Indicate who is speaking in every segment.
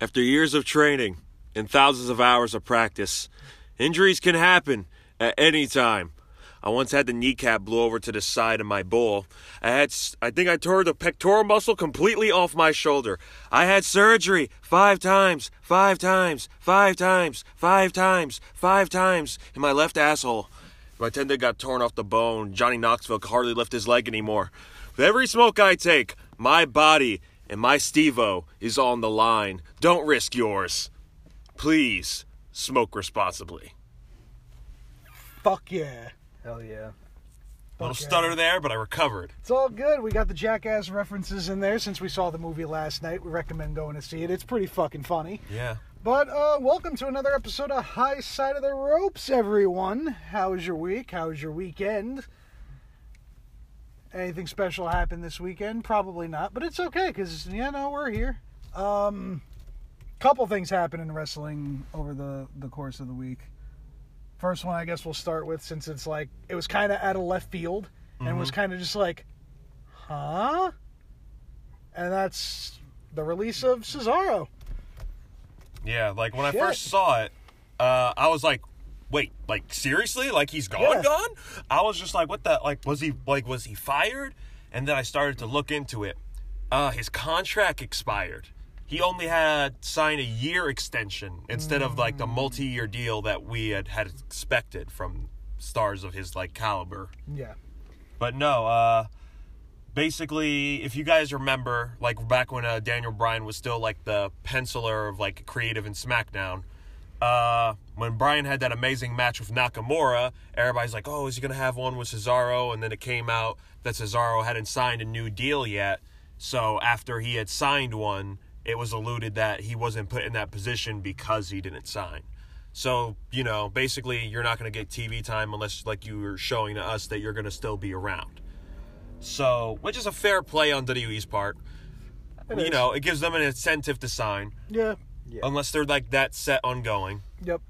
Speaker 1: After years of training and thousands of hours of practice, injuries can happen at any time. I once had the kneecap blow over to the side of my bowl. I had s- I think I tore the pectoral muscle completely off my shoulder. I had surgery 5 times, 5 times, 5 times, 5 times, 5 times in my left asshole. My tendon got torn off the bone. Johnny Knoxville could hardly lift his leg anymore. With every smoke I take, my body and my Stevo is on the line. Don't risk yours. Please smoke responsibly.
Speaker 2: Fuck yeah.
Speaker 3: Hell yeah.
Speaker 1: Little stutter there, but I recovered.
Speaker 2: It's all good. We got the Jackass references in there since we saw the movie last night. We recommend going to see it. It's pretty fucking funny.
Speaker 1: Yeah.
Speaker 2: But uh, welcome to another episode of High Side of the Ropes, everyone. How was your week? How was your weekend? Anything special happened this weekend? Probably not, but it's okay because you know we're here. Um, couple things happened in wrestling over the the course of the week. First one, I guess we'll start with since it's like it was kind of out of left field and was kind of just like, huh? And that's the release of Cesaro.
Speaker 1: Yeah, like when
Speaker 2: Shit.
Speaker 1: I first saw it, uh, I was like, "Wait, like seriously? Like he's gone,
Speaker 2: Yeah.
Speaker 1: gone?" I was just like, "What the? Like was he like was he fired?" And then I started to look into it. Uh, his contract expired. He only had signed a year extension instead of like the
Speaker 2: Mm.
Speaker 1: multi-year deal that we had had expected from stars of his like caliber.
Speaker 2: Yeah.
Speaker 1: But no, uh, basically, if you guys remember, like back when uh, Daniel Bryan was still like the penciler of like creative in SmackDown, uh, when Bryan had that amazing match with Nakamura, everybody's like, oh, is he going to have one with Cesaro? And then it came out that Cesaro hadn't signed a new deal yet. So after he had signed one, it was alluded that he wasn't put in that position because he didn't sign. So, you know, basically you're not going to get TV time unless like you were showing to us that you're going to still be around. So, which is a fair play on WWE's part.
Speaker 2: It
Speaker 1: you
Speaker 2: is.
Speaker 1: know, it gives them an incentive to sign
Speaker 2: Yeah.
Speaker 3: Yeah.
Speaker 1: unless they're like that set on going.
Speaker 2: Yep.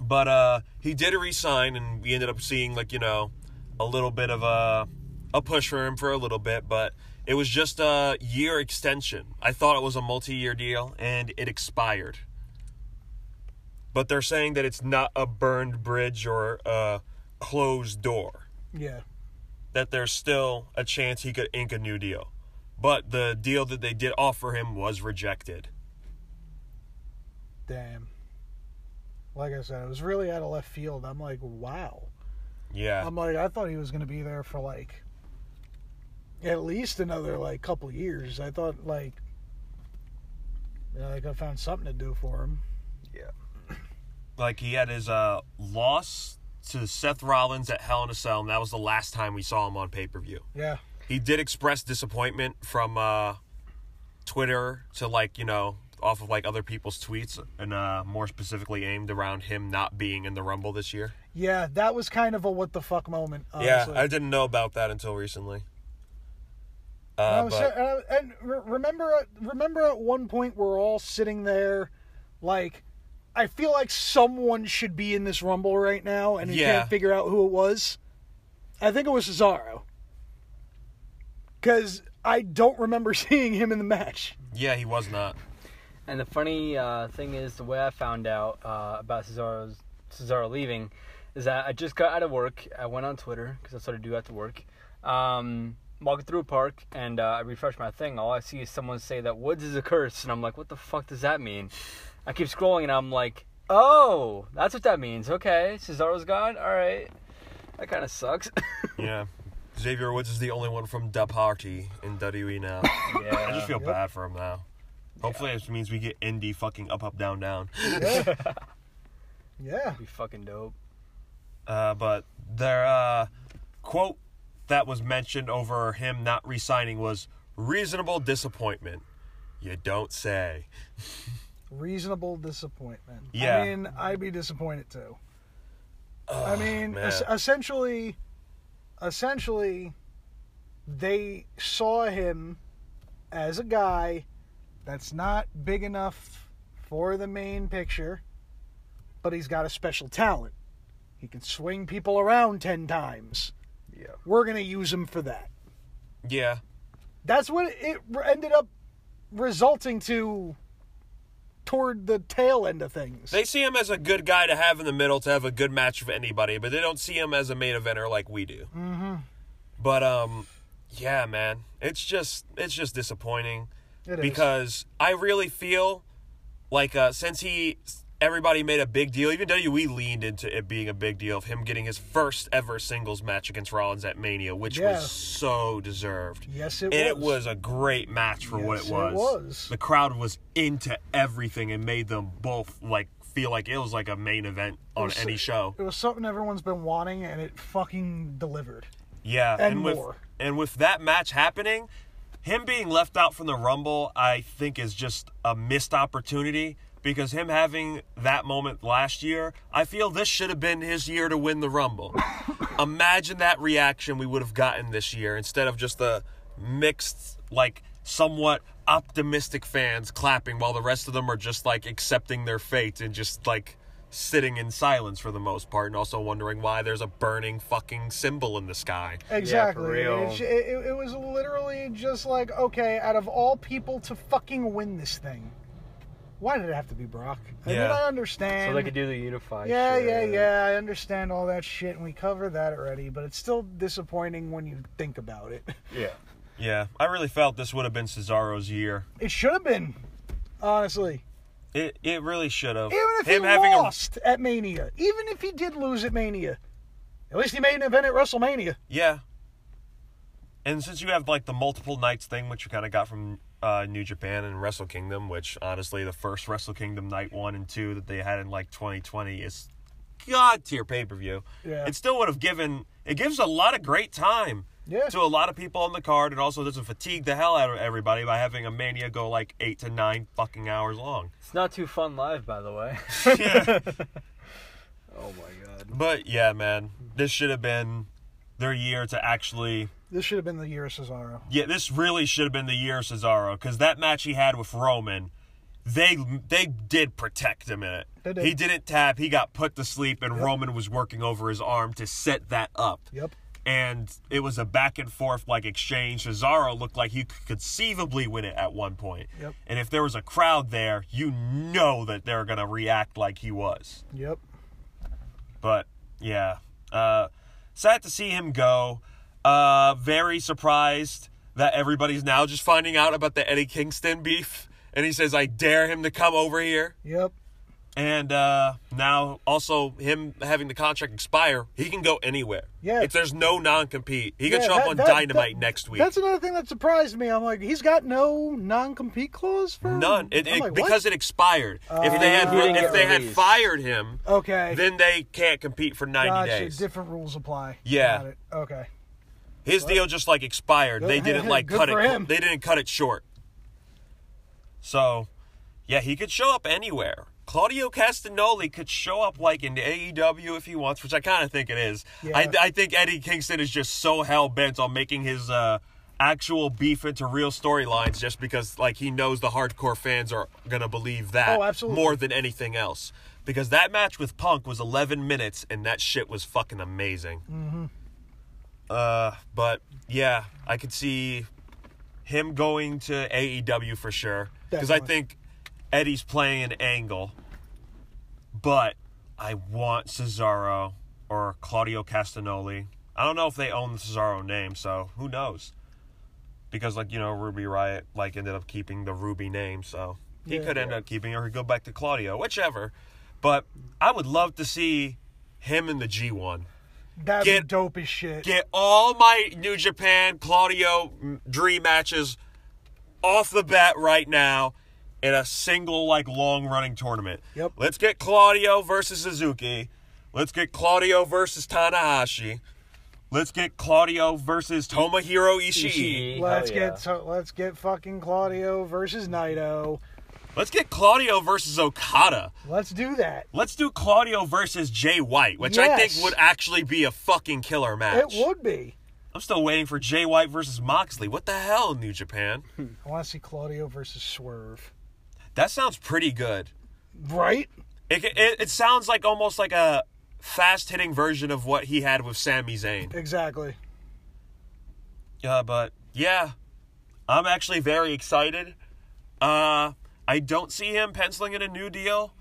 Speaker 1: But uh he did resign and we ended up seeing like, you know, a little bit of a a push for him for a little bit, but it was just a year extension. I thought it was a multi-year deal and it expired. But they're saying that it's not a burned bridge or a closed door
Speaker 2: Yeah.
Speaker 1: that there's still a chance he could ink a new deal. But the deal that they did offer him was rejected.
Speaker 2: Damn. Like I said, it was really out of left field. I'm like, wow.
Speaker 1: Yeah.
Speaker 2: I'm like, I thought he was gonna be there for like at least another like couple years. I thought like you know, like I found something to do for him.
Speaker 1: like he had his uh, loss to Seth Rollins at Hell in a Cell, and that was the last time we saw him on pay per view.
Speaker 2: Yeah.
Speaker 1: He did express disappointment from uh, Twitter to like you know off of like other people's tweets, and uh, more specifically aimed around him not being in the Rumble this year.
Speaker 2: Yeah, that was kind of a what the fuck moment. honestly.
Speaker 1: Yeah, I didn't know about that until recently.
Speaker 2: And, I
Speaker 1: Uh,
Speaker 2: was,
Speaker 1: but,
Speaker 2: Oh, and, I- and re- remember, at- remember, at one point we're all sitting there, like, I feel like someone should be in this rumble right now, and you
Speaker 1: Yeah.
Speaker 2: can't figure out who it was. I think it was Cesaro, because I don't remember seeing him in the match.
Speaker 1: yeah, he was not.
Speaker 3: And the funny uh, thing is, the way I found out uh, about Cesaro's Cesaro leaving is that I just got out of work. I went on Twitter because that's what I do after work. Um, walking through a park and uh, I refresh my thing. All I see is someone say that Woods is a curse, and I'm like, what the fuck does that mean? I keep scrolling and I'm like, oh, that's what that means. Okay, Cesaro's gone. All right, that kind of sucks.
Speaker 1: Yeah. Xavier Woods is the only one from Da Party in WWE now. I just feel bad for him now. Hopefully, this means we get Indy fucking up, up, down, down.
Speaker 2: Yeah, yeah,
Speaker 3: be fucking dope.
Speaker 1: Uh, but their uh, quote that was mentioned over him not resigning was reasonable disappointment. You don't say.
Speaker 2: reasonable disappointment.
Speaker 1: Yeah.
Speaker 2: I mean, I'd be disappointed too. I mean,
Speaker 1: Oh, man.
Speaker 2: es- essentially, essentially, they saw him as a guy that's not big enough for the main picture, but he's got a special talent. He can swing people around ten times.
Speaker 3: Yeah.
Speaker 2: We're gonna use him for that.
Speaker 1: Yeah.
Speaker 2: That's what it re- ended up resulting to toward the tail end of things.
Speaker 1: They see him as a good guy to have in the middle to have a good match with anybody, but they don't see him as a main eventer like we do. Mm-hmm. But um, yeah, man, it's just it's just disappointing
Speaker 2: It is.
Speaker 1: because I really feel like uh, since he everybody made a big deal, even WWE leaned into it being a big deal of him getting his first ever singles match against Rollins at Mania, which
Speaker 2: Yeah.
Speaker 1: was so deserved.
Speaker 2: Yes, it
Speaker 1: and it
Speaker 2: was.
Speaker 1: was a great match for what
Speaker 2: Yes,
Speaker 1: it
Speaker 2: it
Speaker 1: was.
Speaker 2: was.
Speaker 1: The crowd was into everything and made them both like feel like it was like a main event on
Speaker 2: was-
Speaker 1: any show.
Speaker 2: it was something everyone's been wanting, and it fucking delivered.
Speaker 1: Yeah,
Speaker 2: And
Speaker 1: with
Speaker 2: more.
Speaker 1: and with that match happening, him being left out from the Rumble, I think is just a missed opportunity because him having that moment last year, I feel this should have been his year to win the Rumble. Imagine that reaction we would have gotten this year instead of just the mixed like somewhat optimistic fans clapping while the rest of them are just like accepting their fate and just like sitting in silence for the most part and also wondering why there's a burning fucking symbol in the sky.
Speaker 2: Exactly.
Speaker 3: real.
Speaker 2: It, it- it was literally just like, okay, out of all people to fucking win this thing, why did it have to be Brock? And then
Speaker 1: Yeah.
Speaker 2: I understand.
Speaker 3: So they could do the unified.
Speaker 2: yeah,
Speaker 3: shit.
Speaker 2: yeah, yeah. I understand all that shit, and we covered that already. But it's still disappointing when you think about it.
Speaker 3: Yeah.
Speaker 1: Yeah, I really felt this would have been Cesaro's year.
Speaker 2: It should have been, honestly.
Speaker 1: It it really should have.
Speaker 2: Even if he lost at Mania, even if he did lose at Mania, at least he made an event at WrestleMania.
Speaker 1: a yeah. And since you have like the multiple nights thing, which you kind of got from uh, New Japan and Wrestle Kingdom, which honestly the first Wrestle Kingdom night one and two that they had in like 2020 is god tier pay per view.
Speaker 2: Yeah.
Speaker 1: It still would have given it gives a lot of great time.
Speaker 2: Yeah.
Speaker 1: To a lot of people on the card, and also doesn't fatigue the hell out of everybody by having a mania go like eight to nine fucking hours long.
Speaker 3: It's not too fun live, by the way.
Speaker 1: Yeah.
Speaker 3: oh my god.
Speaker 1: But yeah, man, this should have been their year to actually.
Speaker 2: This should have been the year of Cesaro.
Speaker 1: Yeah, this really should have been the year of Cesaro because that match he had with Roman, they they did protect him in it.
Speaker 2: They did.
Speaker 1: He didn't tap. He got put to sleep, and Roman was working over his arm to set that up.
Speaker 2: Yep.
Speaker 1: And it was a back and forth like exchange. Cesaro looked like he could conceivably win it at one point.
Speaker 2: Yep.
Speaker 1: And if there was a crowd there, you know that they're gonna react like he was.
Speaker 2: Yep.
Speaker 1: But yeah, uh, sad to see him go. Uh, very surprised that everybody's now just finding out about the Eddie Kingston beef, and he says, "I dare him to come over here."
Speaker 2: Yep.
Speaker 1: And uh, now also him having the contract expire, he can go anywhere.
Speaker 2: Yeah.
Speaker 1: if there's no non-compete, he can
Speaker 2: Yeah,
Speaker 1: show up
Speaker 2: that-
Speaker 1: on
Speaker 2: that-
Speaker 1: Dynamite
Speaker 2: that-
Speaker 1: next week.
Speaker 2: That's another thing that surprised me. I'm like, he's got no non-compete clause for
Speaker 1: None, it,
Speaker 2: I'm
Speaker 1: it-
Speaker 2: like, what? Uh,
Speaker 1: because it expired. if they had
Speaker 3: He didn't
Speaker 1: if
Speaker 3: get
Speaker 1: they had
Speaker 3: released.
Speaker 1: fired him,
Speaker 2: okay,
Speaker 1: then they can't compete for 90
Speaker 2: gotcha.
Speaker 1: days.
Speaker 2: Different rules apply.
Speaker 1: Yeah.
Speaker 2: Got it. Okay.
Speaker 1: His deal just like expired. They
Speaker 2: Good-
Speaker 1: didn't like
Speaker 2: good
Speaker 1: cut it.
Speaker 2: for him.
Speaker 1: They didn't cut it short. So, yeah, he could show up anywhere. Claudio Castagnoli could show up like in AEW if he wants, which I kind of think it is. I,
Speaker 2: Yeah.
Speaker 1: I think Eddie Kingston is just so hell bent on making his uh, actual beef into real storylines, just because like he knows the hardcore fans are gonna believe that
Speaker 2: Oh, absolutely.
Speaker 1: more than anything else. Because that match with Punk was 11 minutes, and that shit was fucking amazing. Uh, but yeah, I could see him going to AEW for sure because I
Speaker 2: Definitely.
Speaker 1: think Eddie's playing an angle. But I want Cesaro or Claudio Castagnoli. I don't know if they own the Cesaro name, so who knows? Because like you know, Ruby Riot like ended up keeping the Ruby name, so he could end up keeping it or he'd go back to Claudio, whichever. But I would love to see him in the G one
Speaker 2: That'd
Speaker 1: Get-
Speaker 2: be dope as shit.
Speaker 1: get all my New Japan Claudio m- dream matches off the bat right now in a single like long running tournament.
Speaker 2: Yep.
Speaker 1: Let's get Claudio versus Suzuki. Let's get Claudio versus Tanahashi. Let's get Claudio versus Tomohiro Ishii.
Speaker 3: Ishii.
Speaker 2: let's
Speaker 3: Hell yeah.
Speaker 2: get so, let's get fucking Claudio versus Naito.
Speaker 1: Let's get Claudio versus Okada.
Speaker 2: Let's do that.
Speaker 1: Let's do Claudio versus Jay White, which I
Speaker 2: Yes.
Speaker 1: think would actually be a fucking killer
Speaker 2: It
Speaker 1: match.
Speaker 2: would be.
Speaker 1: I'm still waiting for Jay White versus Moxley. What the hell, New Japan?
Speaker 2: I want to see Claudio versus Swerve.
Speaker 1: That sounds pretty good.
Speaker 2: Right?
Speaker 1: It, it, it sounds like almost like a fast hitting version of what he had with Sami Zayn.
Speaker 2: Exactly.
Speaker 1: Yeah, but yeah, I'm actually very excited. Uh, I don't see him penciling in a new deal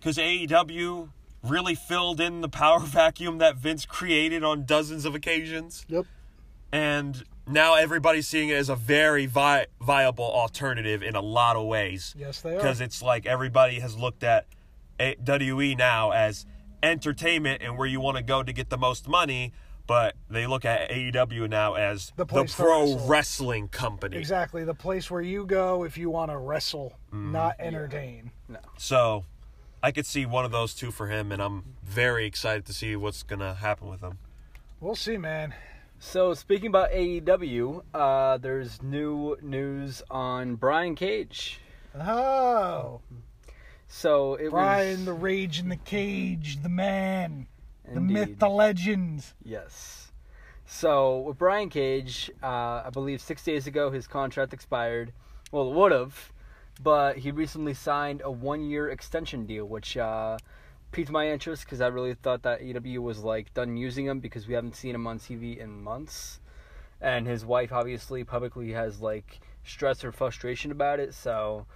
Speaker 1: because AEW really filled in the power vacuum that Vince created on dozens of occasions.
Speaker 2: Yep.
Speaker 1: And now everybody's seeing it as a very vi- viable alternative in a lot of ways.
Speaker 2: Yes, they are.
Speaker 1: Because it's like everybody has looked at A- WE now as entertainment and where you want to go to get the most money, but they look at AEW now as
Speaker 2: The
Speaker 1: the,
Speaker 2: place to
Speaker 1: pro
Speaker 2: wrestle.
Speaker 1: wrestling company.
Speaker 2: Exactly. The place where you go if you want to wrestle, not
Speaker 1: Mm-hmm.
Speaker 2: entertain.
Speaker 1: So I could see one of those two for him, and I'm very excited to see what's going to happen with him.
Speaker 2: We'll see, man.
Speaker 3: So speaking about AEW, uh, there's new news on Brian Cage.
Speaker 2: Oh.
Speaker 3: So it
Speaker 2: Brian,
Speaker 3: was
Speaker 2: the rage in the cage, the man, the
Speaker 3: Indeed.
Speaker 2: myth, the legend.
Speaker 3: Yes. So with Brian Cage, uh, I believe six days ago his contract expired. Well, it would have, but he recently signed a one-year extension deal, which uh, piqued my interest because I really thought that AEW was like done using him because we haven't seen him on TV in months, and his wife obviously publicly has like stress or frustration about it. So,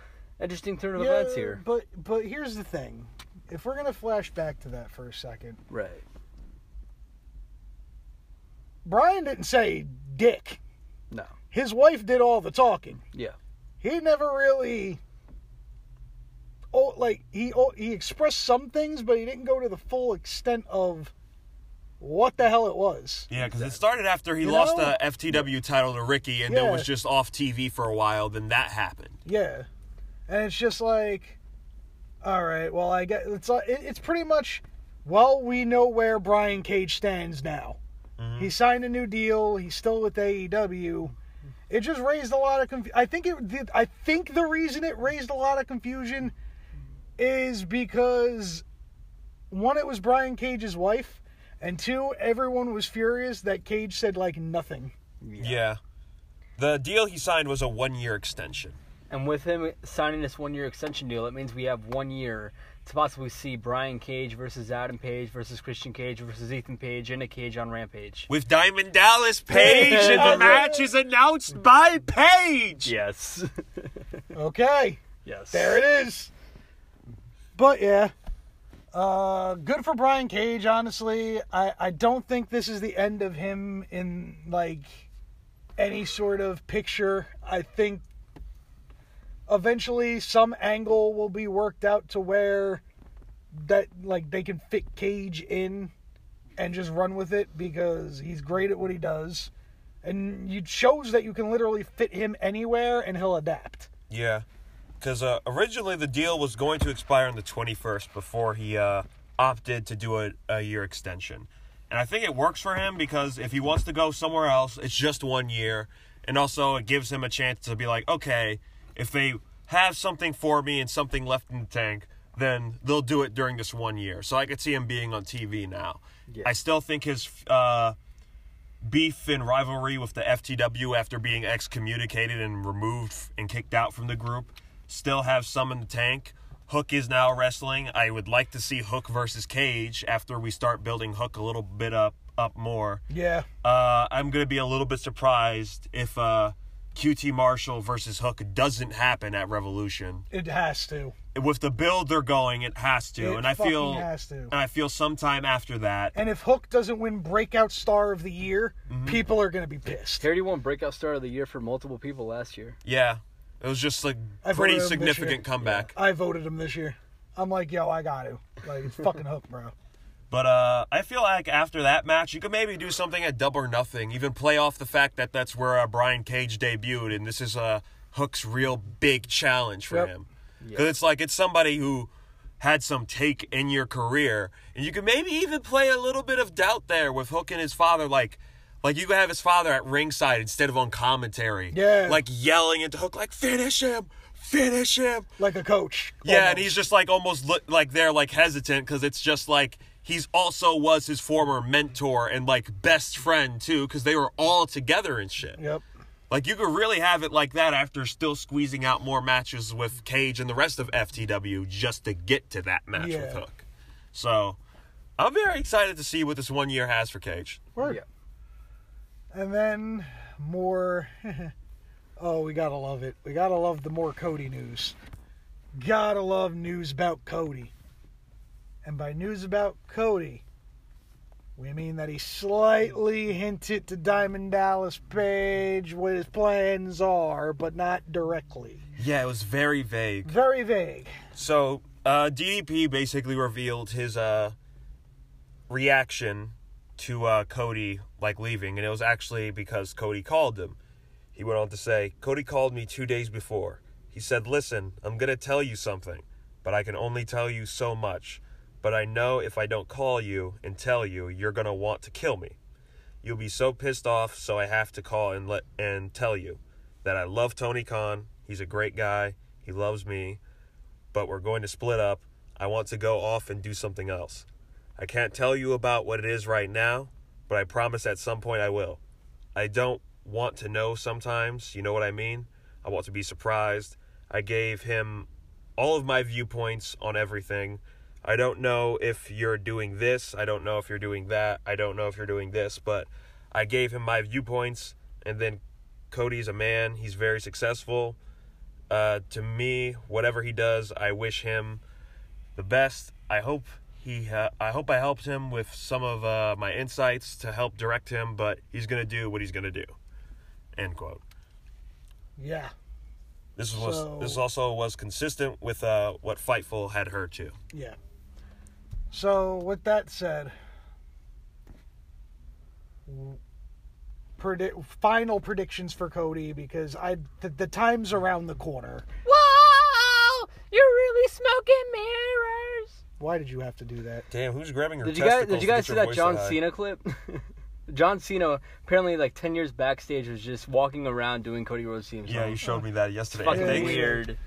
Speaker 3: interesting turn of events here.
Speaker 2: But but here's the thing. If we're gonna flash back to that for a second,
Speaker 3: Right.
Speaker 2: Brian didn't say dick.
Speaker 3: No.
Speaker 2: His wife did all the talking.
Speaker 3: Yeah.
Speaker 2: He never really Oh, like he oh, he expressed some things, but he didn't go to the full extent of what the hell it was.
Speaker 1: Yeah, because it started after he
Speaker 2: You
Speaker 1: lost
Speaker 2: know?
Speaker 1: the FTW title to Ricky and
Speaker 2: Yeah.
Speaker 1: then was just off TV for a while. Then that happened.
Speaker 2: Yeah, and it's just like, all right, well, I get it's like- it, it's pretty much, well, we know where Brian Cage stands now. He signed a new deal. He's still with AEW. It just raised a lot of conf- I think it. did- I think the reason it raised a lot of confusion is because one, it was Brian Cage's wife, and two, everyone was furious that Cage said like nothing.
Speaker 1: Yeah. The deal he signed was a one year extension.
Speaker 3: And with him signing this one year extension deal, it means we have one year to possibly see Brian Cage versus Adam Page versus Christian Cage versus Ethan Page in a cage on Rampage.
Speaker 1: With Diamond Dallas Page, and the match is announced by Page.
Speaker 3: Yes.
Speaker 2: Okay.
Speaker 3: yes.
Speaker 2: There it is. But yeah, uh, good for Brian Cage. Honestly, I I don't think this is the end of him in like any sort of picture. I think eventually some angle will be worked out to where that like they can fit Cage in and just run with it because he's great at what he does. And you shows that you can literally fit him anywhere and he'll adapt.
Speaker 1: Yeah, because uh, originally the deal was going to expire on the 21st before he uh, opted to do a, a year extension. And I think it works for him because if he wants to go somewhere else, it's just one year. And also, it gives him a chance to be like, okay, if they have something for me and something left in the tank, then they'll do it during this one year. So I could see him being on TV now. I still think his uh, beef and rivalry with the FTW after being excommunicated and removed and kicked out from the group. Still have some in the tank. Hook is now wrestling. I would like to see Hook versus Cage after we start building Hook a little bit up up more.
Speaker 2: Yeah.
Speaker 1: Uh, I'm gonna be a little bit surprised if uh, QT Marshall versus Hook doesn't happen at Revolution.
Speaker 2: It has to.
Speaker 1: With the build they're going, it has to,
Speaker 2: It
Speaker 1: and I feel
Speaker 2: fucking has to.
Speaker 1: and I feel sometime after that.
Speaker 2: And if Hook doesn't win Breakout Star of the Year,
Speaker 1: Mm-hmm.
Speaker 2: people are going to be pissed.
Speaker 3: He already won Breakout Star of the Year for multiple people last year.
Speaker 1: Yeah, it was just like
Speaker 2: I voted
Speaker 1: pretty
Speaker 2: him this year.
Speaker 1: significant comeback.
Speaker 2: I voted him this year. I'm like, yo, I got to. Like, it's fucking Hook, bro.
Speaker 1: But uh, I feel like after that match, you could maybe do something at Double or Nothing. Even play off the fact that that's where uh, Brian Cage debuted, and this is uh, Hook's real big challenge for
Speaker 2: Yep.
Speaker 1: him. Because it's like it's somebody who had some take in your career, and you could maybe even play a little bit of doubt there with Hook and his father, like. Like you could have his father at ringside instead of on commentary.
Speaker 2: Yeah.
Speaker 1: Like yelling into Hook, like finish him, finish him.
Speaker 2: Like a coach.
Speaker 1: Yeah,
Speaker 2: almost.
Speaker 1: and he's just like almost look, like they're like hesitant because it's just like he's also was his former mentor and like best friend too because they were all together and shit.
Speaker 2: Yep.
Speaker 1: Like you could really have it like that after still squeezing out more matches with Cage and the rest of FTW just to get to that match
Speaker 2: Yeah.
Speaker 1: with Hook. So I'm very excited to see what this one year has for Cage.
Speaker 2: Word. And then more. oh, we got to love it. We got to love the more Cody news. gotta love news about Cody. And by news about Cody, we mean that he slightly hinted to Diamond Dallas Page what his plans are, but not directly.
Speaker 1: Yeah, it was very vague.
Speaker 2: Very vague.
Speaker 1: So uh, DDP basically revealed his uh, reaction to uh, Cody like leaving, and it was actually because Cody called him. He went on to say, "Cody called me two days before. He said, "Listen, I'm gonna tell you something, but I can only tell you so much. But I know if I don't call you and tell you, you're gonna want to kill me. You'll be so pissed off, so I have to call and let and tell you that I love Tony Khan. He's a great guy. He loves me." but we're going to split up. I want to go off and do something else. I can't tell you about what it is right now, but I promise at some point I will. I don't want to know sometimes, you know what I mean? I want to be surprised. I gave him all of my viewpoints on everything. I don't know if you're doing this, I don't know if you're doing that, I don't know if you're doing this, but I gave him my viewpoints, and then Cody's a man, he's very successful uh, to me, whatever he does, I wish him the best. I hope he, uh, I hope I helped him with some of uh, my insights to help direct him. But he's gonna do what he's gonna do. End quote.
Speaker 2: Yeah.
Speaker 1: This was
Speaker 2: So-
Speaker 1: this also was consistent with uh, what Fightful had her to.
Speaker 2: Yeah. So, with that said, w- predi- final predictions for Cody because I the, the time's around the corner.
Speaker 3: Whoa! You're really smoking mirrors.
Speaker 2: Why did you have to do that?
Speaker 1: Damn, who's grabbing her?
Speaker 3: Did you guys?
Speaker 1: testicles
Speaker 3: Did you
Speaker 1: to
Speaker 3: guys
Speaker 1: get
Speaker 3: see
Speaker 1: your
Speaker 3: that
Speaker 1: voice
Speaker 3: John
Speaker 1: high?
Speaker 3: Cena clip? John Cena apparently like ten years backstage was just walking around doing Cody Rhodes themes.
Speaker 1: Yeah, you showed me that yesterday.
Speaker 3: fucking
Speaker 1: Thank you.
Speaker 3: weird.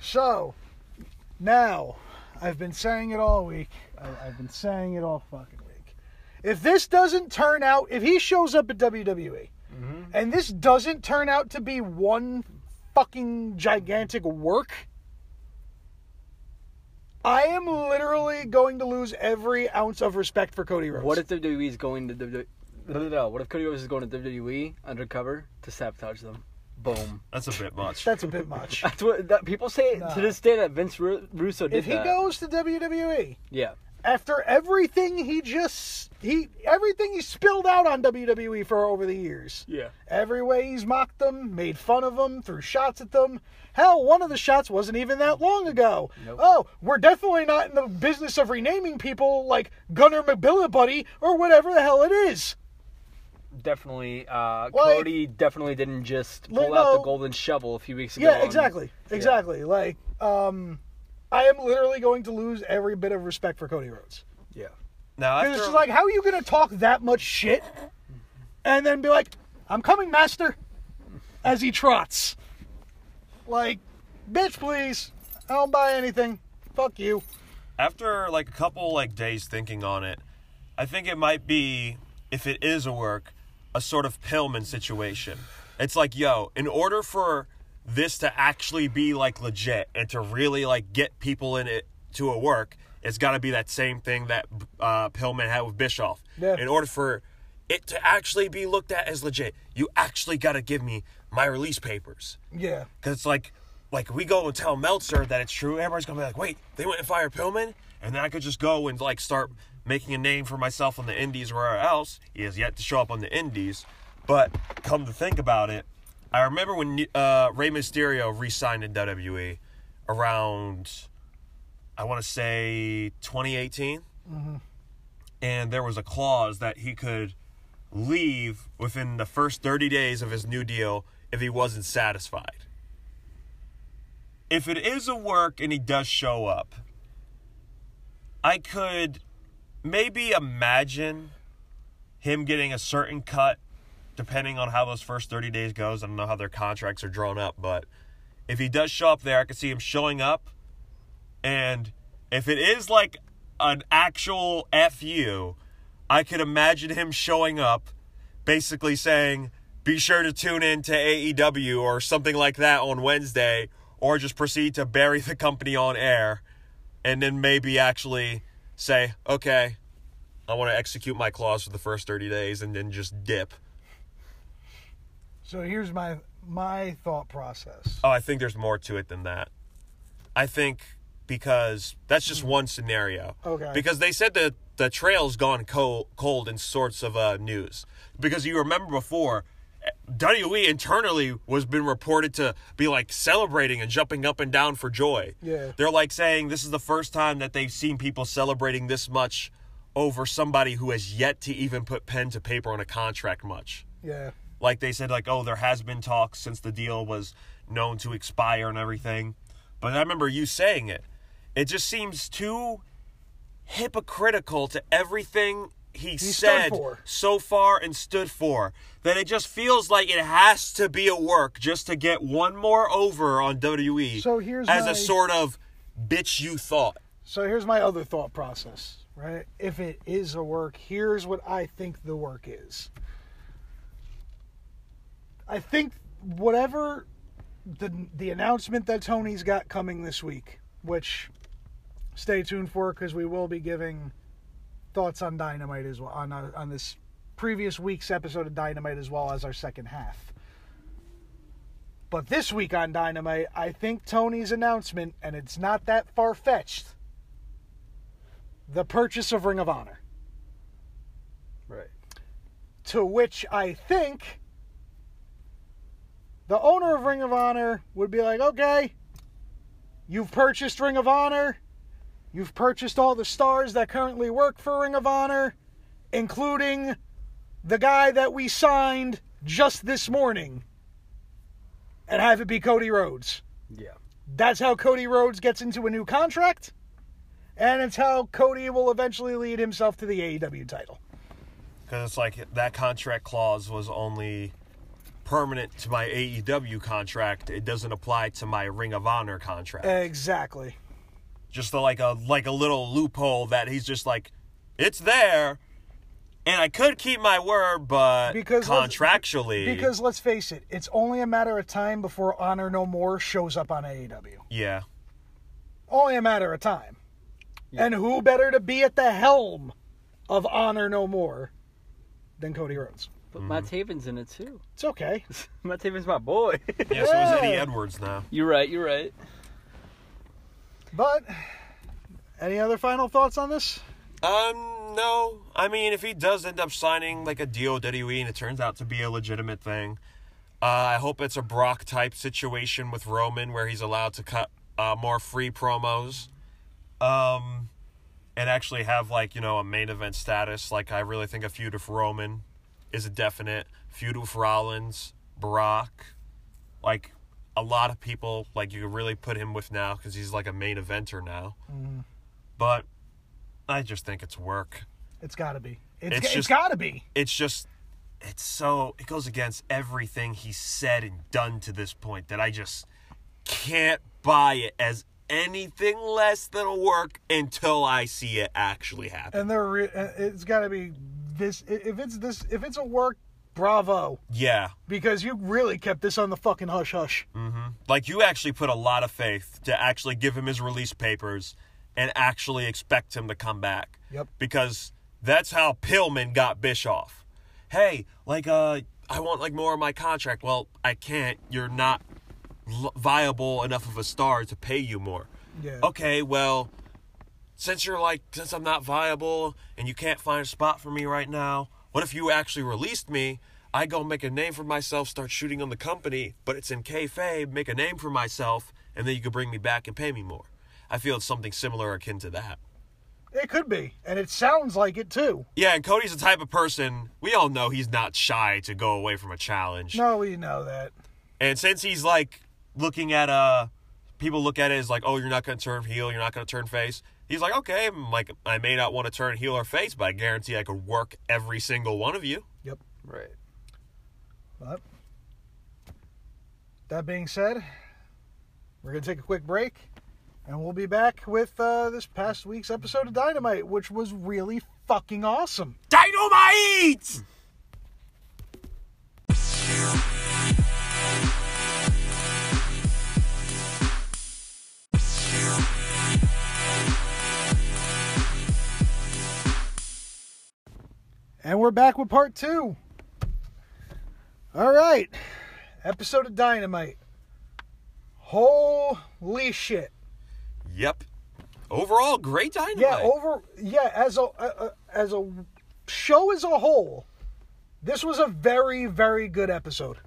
Speaker 2: So, now I've been saying it all week. I, I've been saying it all fucking week. If this doesn't turn out, if he shows up at WWE
Speaker 3: Mm-hmm.
Speaker 2: and this doesn't turn out to be one fucking gigantic work, I am literally going to lose every ounce of respect for Cody Rhodes.
Speaker 3: What if WWE is going to WWE? No, no, no. What if Cody Rhodes is going to WWE undercover to sabotage them? Boom.
Speaker 1: That's a bit much.
Speaker 2: That's a bit much.
Speaker 3: That's what that, people say
Speaker 2: Nah.
Speaker 3: to this day that Vince Ru- Russo did
Speaker 2: if he
Speaker 3: that.
Speaker 2: goes to E, WWE,
Speaker 3: yeah.
Speaker 2: after everything he just he everything he spilled out on WWE for over the years.
Speaker 3: Yeah.
Speaker 2: Every way he's mocked them, made fun of them, threw shots at them. Hell, one of the shots wasn't even that long ago.
Speaker 3: Nope.
Speaker 2: Oh, we're definitely not in the business of renaming people like Gunnar McBillibuddy or whatever the hell it is.
Speaker 3: Definitely. Uh,
Speaker 2: Like-
Speaker 3: Cody definitely didn't just
Speaker 2: Like,
Speaker 3: pull out the
Speaker 2: no.
Speaker 3: golden shovel a few weeks ago.
Speaker 2: Yeah,
Speaker 3: and-
Speaker 2: exactly. Exactly. Like, um, I am literally going to lose every bit of respect for Cody Rhodes.
Speaker 3: Yeah.
Speaker 1: Now
Speaker 2: Because
Speaker 1: after
Speaker 2: it's just like, how are you going to talk that much shit and then be like, I'm coming, master, as he trots? Like, bitch, please. I don't buy anything. Fuck you.
Speaker 1: after like a couple like days thinking on it, I think it might be if it is a work, a sort of Pillman situation. It's like, yo, in order for this to actually be like legit and to really like get people in it to a work, it's got to be that same thing that uh, Pillman had with Bischoff.
Speaker 2: Yeah.
Speaker 1: In order for it to actually be looked at as legit, you actually got to give me my release papers.
Speaker 2: Yeah.
Speaker 1: Because it's like, like we go and tell Meltzer that it's true. Everybody's gonna be like, wait, they went and fired Pillman, and then I could just go and like start making a name for myself on the Indies or wherever else. He has yet to show up on the Indies, but come to think about it, I remember when uh, Rey Mysterio re-signed in WWE around, I want to say 2018, and there was a clause that he could leave within the first 30 days of his new deal if he wasn't satisfied if it is a work and he does show up, I could maybe imagine him getting a certain cut depending on how those first 30 days goes. I don't know how their contracts are drawn up, but if he does show up there, I could see him showing up. And if it is like an actual FU, I could imagine him showing up basically saying, be sure to tune in to AEW or something like that on Wednesday, or just proceed to bury the company on air and then maybe actually say, okay, I want to execute my clause for the first 30 days and then just dip.
Speaker 2: So here's my my thought process.
Speaker 1: Oh, I think there's more to it than that. I think because that's just one scenario.
Speaker 2: Okay.
Speaker 1: Because they said that the trail's gone cold, cold in sorts of uh, news. Because you remember before, WWE internally was been reported to be like celebrating and jumping up and down for joy.
Speaker 2: Yeah.
Speaker 1: They're like saying this is the first time that they've seen people celebrating this much over somebody who has yet to even put pen to paper on a contract much
Speaker 2: Yeah.
Speaker 1: like they said like oh there has been talks since the deal was known to expire and everything but i remember you saying it it just seems too hypocritical to everything he,
Speaker 2: stood
Speaker 1: said
Speaker 2: for.
Speaker 1: so far and stood for that it just feels like it has to be a work just to get one more over on WWE
Speaker 2: So here's
Speaker 1: as
Speaker 2: my-
Speaker 1: a sort of bitch you thought
Speaker 2: So here's my other thought process, right? If it is a work, here's what I think the work is. I think whatever the the announcement that Tony's got coming this week, which stay tuned for because we will be giving thoughts on Dynamite as well on our, on this previous week's episode of Dynamite as well as our second half. But this week on Dynamite, I think Tony's announcement, and it's not that far fetched, the purchase of Ring of Honor,
Speaker 3: Right.
Speaker 2: to which I think the owner of Ring of Honor would be like, okay, you've purchased Ring of Honor, you've purchased all the stars that currently work for Ring of Honor, including the guy that we signed just this morning, and have it be Cody Rhodes.
Speaker 3: Yeah.
Speaker 2: That's how Cody Rhodes gets into a new contract, and it's how Cody will eventually lead himself to the AEW title.
Speaker 1: because it's like that contract clause was only permanent to my AEW contract. It doesn't apply to my Ring of Honor contract.
Speaker 2: Exactly.
Speaker 1: just like a like a little loophole that he's just like, it's there, and I could keep my word, but
Speaker 2: Because let's-
Speaker 1: contractually,
Speaker 2: Because let's face it, it's only a matter of time before Honor No More shows up on AEW.
Speaker 1: yeah,
Speaker 2: Only a matter of time. And who better to be at the helm of Honor No More than Cody Rhodes?
Speaker 3: But Matt Taven's in it too.
Speaker 2: It's okay.
Speaker 3: Mm-hmm. Matt Taven's my boy.
Speaker 1: yeah. So is
Speaker 2: Yeah.
Speaker 1: Eddie Edwards now.
Speaker 3: you're right. You're right.
Speaker 2: But any other final thoughts on this?
Speaker 1: Um, no. I mean, if he does end up signing like a deal with WWE and it turns out to be a legitimate thing, uh, I hope it's a Brock type situation with Roman where he's allowed to cut uh, more free promos, um, and actually have like you know a main event status. Like I really think a feud with Roman is a definite feud with Rollins, Brock, like a lot of people like you could really put him with now because he's like a main eventer now. But I just think it's work.
Speaker 2: It's got to be. It's,
Speaker 1: It's
Speaker 2: it's
Speaker 1: just-
Speaker 2: got to be.
Speaker 1: It's just, it's so, it goes against everything he said and done to this point that I just can't buy it as anything less than a work until I see it actually happen.
Speaker 2: and they're re- uh, it's got to be this i- if it's this if it's a work bravo
Speaker 1: Yeah.
Speaker 2: because you really kept this on the fucking hush hush
Speaker 1: Like you actually put a lot of faith to actually give him his release papers and actually expect him to come back.
Speaker 2: Yep.
Speaker 1: Because that's how Pillman got Bischoff. Hey, like uh I want like more of my contract. Well, I can't. You're not l- viable enough of a star to pay you more.
Speaker 2: Yeah.
Speaker 1: Okay, well, since you're like since I'm not viable and you can't find a spot for me right now, what if you actually released me? I go make a name for myself, start shooting on the company, but it's in kayfabe, make a name for myself, and then you could bring me back and pay me more. I feel it's something similar or akin to that.
Speaker 2: it could be and it sounds like it too
Speaker 1: Yeah, and Cody's the type of person we all know he's not shy to go away from a challenge.
Speaker 2: no we know that
Speaker 1: And since he's like looking at uh people look at it as like, oh, you're not gonna turn heel, you're not gonna turn face. He's like, okay, I'm like I may not want to turn heel or face, but I guarantee I could work every single one of you.
Speaker 2: yep
Speaker 3: Right.
Speaker 2: but that being said we're gonna take a quick break and we'll be back with uh, this past week's episode of dynamite which was really fucking awesome
Speaker 1: Dynamite!
Speaker 2: And we're back with part two. All right. Episode of Dynamite. Holy shit.
Speaker 1: Yep. Overall, great dynamite.
Speaker 2: Yeah, oh. over yeah, as a uh, as a show as a whole, this was a very very good episode.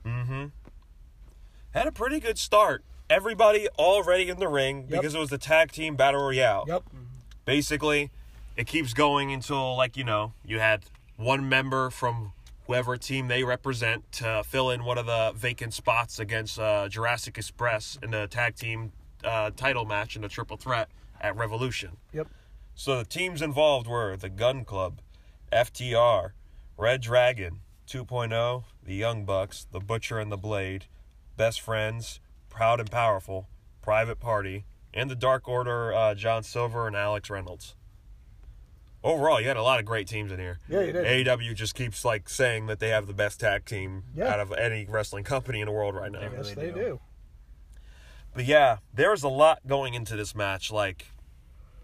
Speaker 1: had a pretty good start. Everybody already in the ring because it was the tag team battle royale.
Speaker 2: Yep.
Speaker 1: Basically, it keeps going until like you know you had one member from whoever team they represent to fill in one of the vacant spots against uh, Jurassic Express in the tag team uh, title match in the triple threat at Revolution.
Speaker 2: Yep.
Speaker 1: So the teams involved were the Gun Club, FTR, Red Dragon, 2.0, the Young Bucks, the Butcher and the Blade, Best Friends, Proud and Powerful, Private Party, and the Dark Order, uh, John Silver and Alex Reynolds. Overall, you had a lot of great teams in here.
Speaker 2: Yeah, you did.
Speaker 1: AEW just keeps like saying that they have the best tag team
Speaker 2: Yeah.
Speaker 1: out of any wrestling company in the world right now.
Speaker 2: Yes,
Speaker 3: Really
Speaker 2: they
Speaker 3: do.
Speaker 2: do.
Speaker 1: But yeah, there was a lot going into this match, like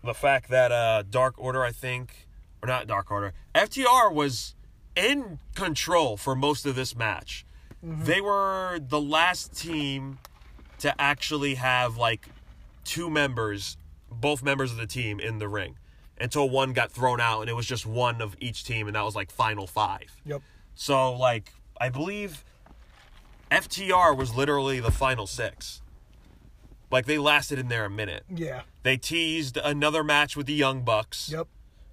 Speaker 1: the fact that uh Dark Order, I think, or not Dark Order, FTR was in control for most of this match. They were the last team to actually have like two members, both members of the team in the ring until one got thrown out and it was just one of each team and that was like final 5.
Speaker 2: Yep.
Speaker 1: So like I believe FTR was literally the final six. Like they lasted in there a minute.
Speaker 2: Yeah.
Speaker 1: They teased another match with the Young Bucks.
Speaker 2: Yep.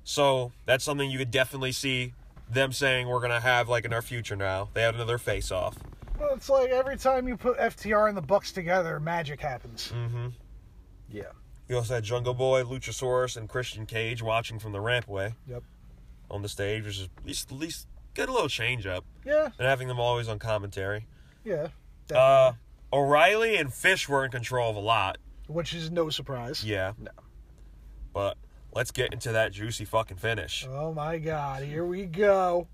Speaker 1: So that's something you could definitely see them saying we're gonna have like in our future now. They had another face off.
Speaker 2: Well, it's like every time you put FTR and the Bucks together, magic happens.
Speaker 3: Yeah.
Speaker 1: You also had Jungle Boy, Luchasaurus, and Christian Cage watching from the rampway
Speaker 2: Yep.
Speaker 1: on the stage, which is at least, at least get a little change up.
Speaker 2: Yeah.
Speaker 1: And having them always on commentary.
Speaker 2: Yeah.
Speaker 1: Uh, O'Reilly and Fish were in control of a lot.
Speaker 2: Which is no surprise.
Speaker 1: Yeah.
Speaker 3: No.
Speaker 1: But let's get into that juicy fucking finish.
Speaker 2: Oh my God! Here we go.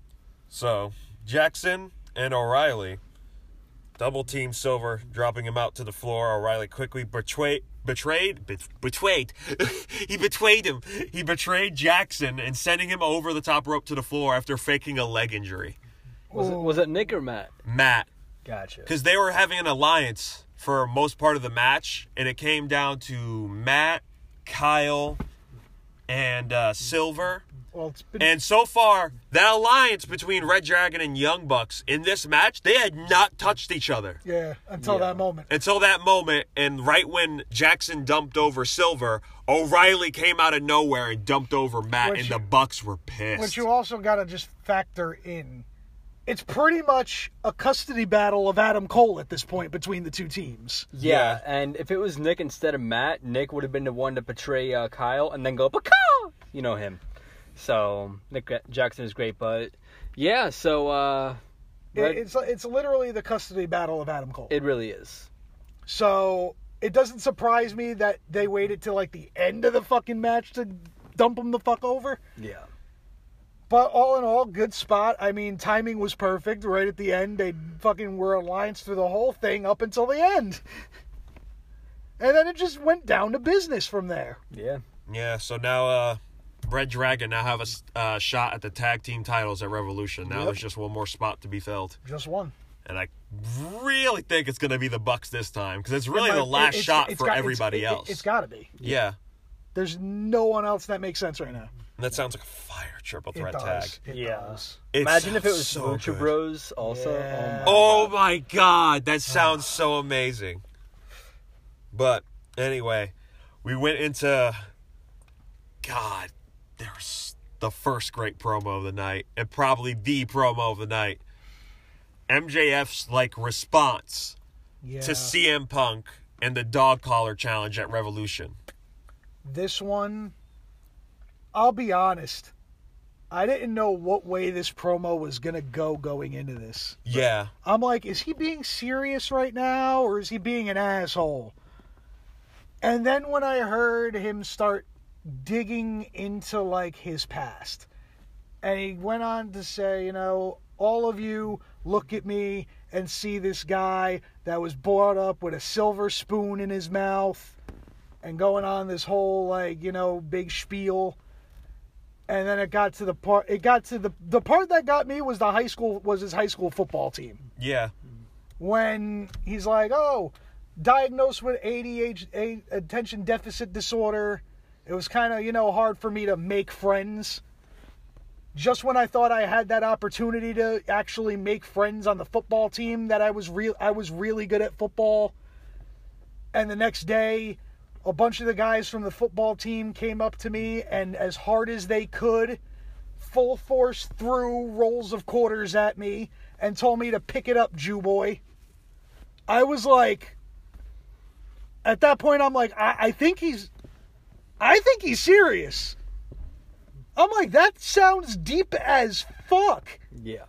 Speaker 1: So, Jackson and O'Reilly double team Silver, dropping him out to the floor. O'Reilly quickly betrayed. Betrayed, bet- betrayed. he betrayed him. He betrayed Jackson and sending him over the top rope to the floor after faking a leg injury.
Speaker 3: Was it,
Speaker 2: Ooh.
Speaker 3: was it Nick or Matt?
Speaker 1: Matt,
Speaker 3: Gotcha.
Speaker 1: because they were having an alliance for most part of the match, and it came down to Matt, Kyle, and uh, Silver.
Speaker 2: Well, it's been
Speaker 1: And so far, that alliance between Red Dragon and Young Bucks in this match, they had not touched each other
Speaker 2: yeah until
Speaker 3: Yeah.
Speaker 2: that moment.
Speaker 1: until that moment. And right when Jackson dumped over Silver, O'Reilly came out of nowhere and dumped over Matt,
Speaker 2: Which
Speaker 1: and
Speaker 2: you-
Speaker 1: the Bucks were pissed.
Speaker 2: Which you also got to just factor in. It's pretty much a custody battle of Adam Cole at this point between the two teams.
Speaker 3: yeah,
Speaker 1: yeah.
Speaker 3: and if it was Nick instead of Matt, Nick would have been the one to portray uh, Kyle and then go, but Kyle! You know him. So, Nick Jackson is great, but yeah, so uh,
Speaker 2: It-
Speaker 3: Red-
Speaker 2: It's it's literally the custody battle of Adam Cole.
Speaker 3: it really is.
Speaker 2: so it doesn't surprise me that they waited till like the end of the fucking match to dump him the fuck over.
Speaker 3: Yeah.
Speaker 2: But all in all, good spot. I mean, timing was perfect. Right at the end, they fucking were alliance through the whole thing up until the end. And then it just went down to business from there.
Speaker 3: Yeah.
Speaker 1: yeah, so now uh, Red Dragon now have a s- uh, shot at the tag team titles at Revolution. Now
Speaker 2: Yep.
Speaker 1: there's just one more spot to be filled.
Speaker 2: Just one.
Speaker 1: And I really think it's going to be the Bucks this time because it's really
Speaker 2: Like,
Speaker 1: the last
Speaker 2: it's-
Speaker 1: shot
Speaker 2: it's
Speaker 1: for
Speaker 2: got- it's-
Speaker 1: everybody
Speaker 2: it- it-
Speaker 1: else.
Speaker 2: it's got to be.
Speaker 1: yeah.
Speaker 2: There's no one else that makes sense right now.
Speaker 1: And that sounds like a fire triple
Speaker 2: It
Speaker 1: threat tag.
Speaker 2: does. It
Speaker 3: Yeah.
Speaker 2: does.
Speaker 1: It
Speaker 3: Imagine if it
Speaker 1: sounds
Speaker 3: was
Speaker 1: so
Speaker 3: Lucha
Speaker 1: good.
Speaker 3: Bros also.
Speaker 2: Yeah.
Speaker 3: Oh,
Speaker 1: Oh my god, that sounds so amazing. But anyway, we went into God, there's the first great promo of the night, and probably the promo of the night. MJF's like response
Speaker 2: Yeah.
Speaker 1: to CM Punk and the dog collar challenge at Revolution.
Speaker 2: this one, I'll be honest. I didn't know what way this promo was going to go going into this.
Speaker 1: Yeah.
Speaker 2: I'm like, is he being serious right now or is he being an asshole? And then when I heard him start digging into like his past, and he went on to say, you know, all of you look at me and see this guy that was brought up with a silver spoon in his mouth and going on this whole like, you know, big spiel and then it got to the part it got to the the part that got me was the high school was his high school football team
Speaker 1: Yeah.
Speaker 2: when he's like oh diagnosed with ADHD, attention deficit disorder. It was kind of, you know, hard for me to make friends. Just when I thought I had that opportunity to actually make friends on the football team that I was real I was really good at football. And the next day, a bunch of the guys from the football team came up to me and as hard as they could, full force threw rolls of quarters at me and told me to pick it up, Jew boy. I was like, at that point, I'm like, I, I think he's, I think he's serious. I'm like, that sounds deep as fuck.
Speaker 3: Yeah.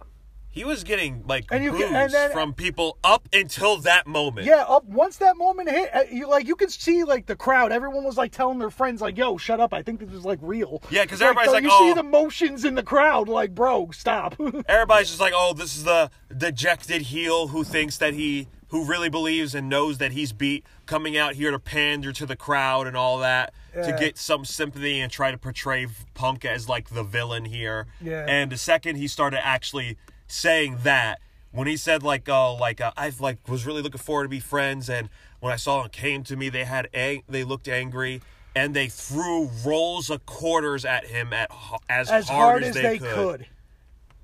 Speaker 1: He was getting like
Speaker 2: And you
Speaker 1: bruised
Speaker 2: can- and then-
Speaker 1: from people up until that moment.
Speaker 2: Yeah, up once that moment hit, uh, you like you could see like the crowd. Everyone was like telling their friends, like, "Yo, shut up! I think this is like real."
Speaker 1: Yeah, 'cause
Speaker 2: Like,
Speaker 1: everybody's
Speaker 2: the-
Speaker 1: like,
Speaker 2: you
Speaker 1: "Oh."
Speaker 2: see the motions in the crowd, like, bro, stop.
Speaker 1: Everybody's just like, oh, this is the dejected heel who thinks that he, who really believes and knows that he's beat, coming out here to pander to the crowd and all that to
Speaker 2: Yeah.
Speaker 1: get some sympathy and try to portray Punk as like the villain here.
Speaker 2: Yeah.
Speaker 1: And the second he started actually saying that, when he said like, oh, like uh, I like was really looking forward to be friends, and when I saw them came to me, they had ang- they looked angry. And they threw rolls of quarters at him at ho- as,
Speaker 2: as hard, as, they, could.
Speaker 1: could.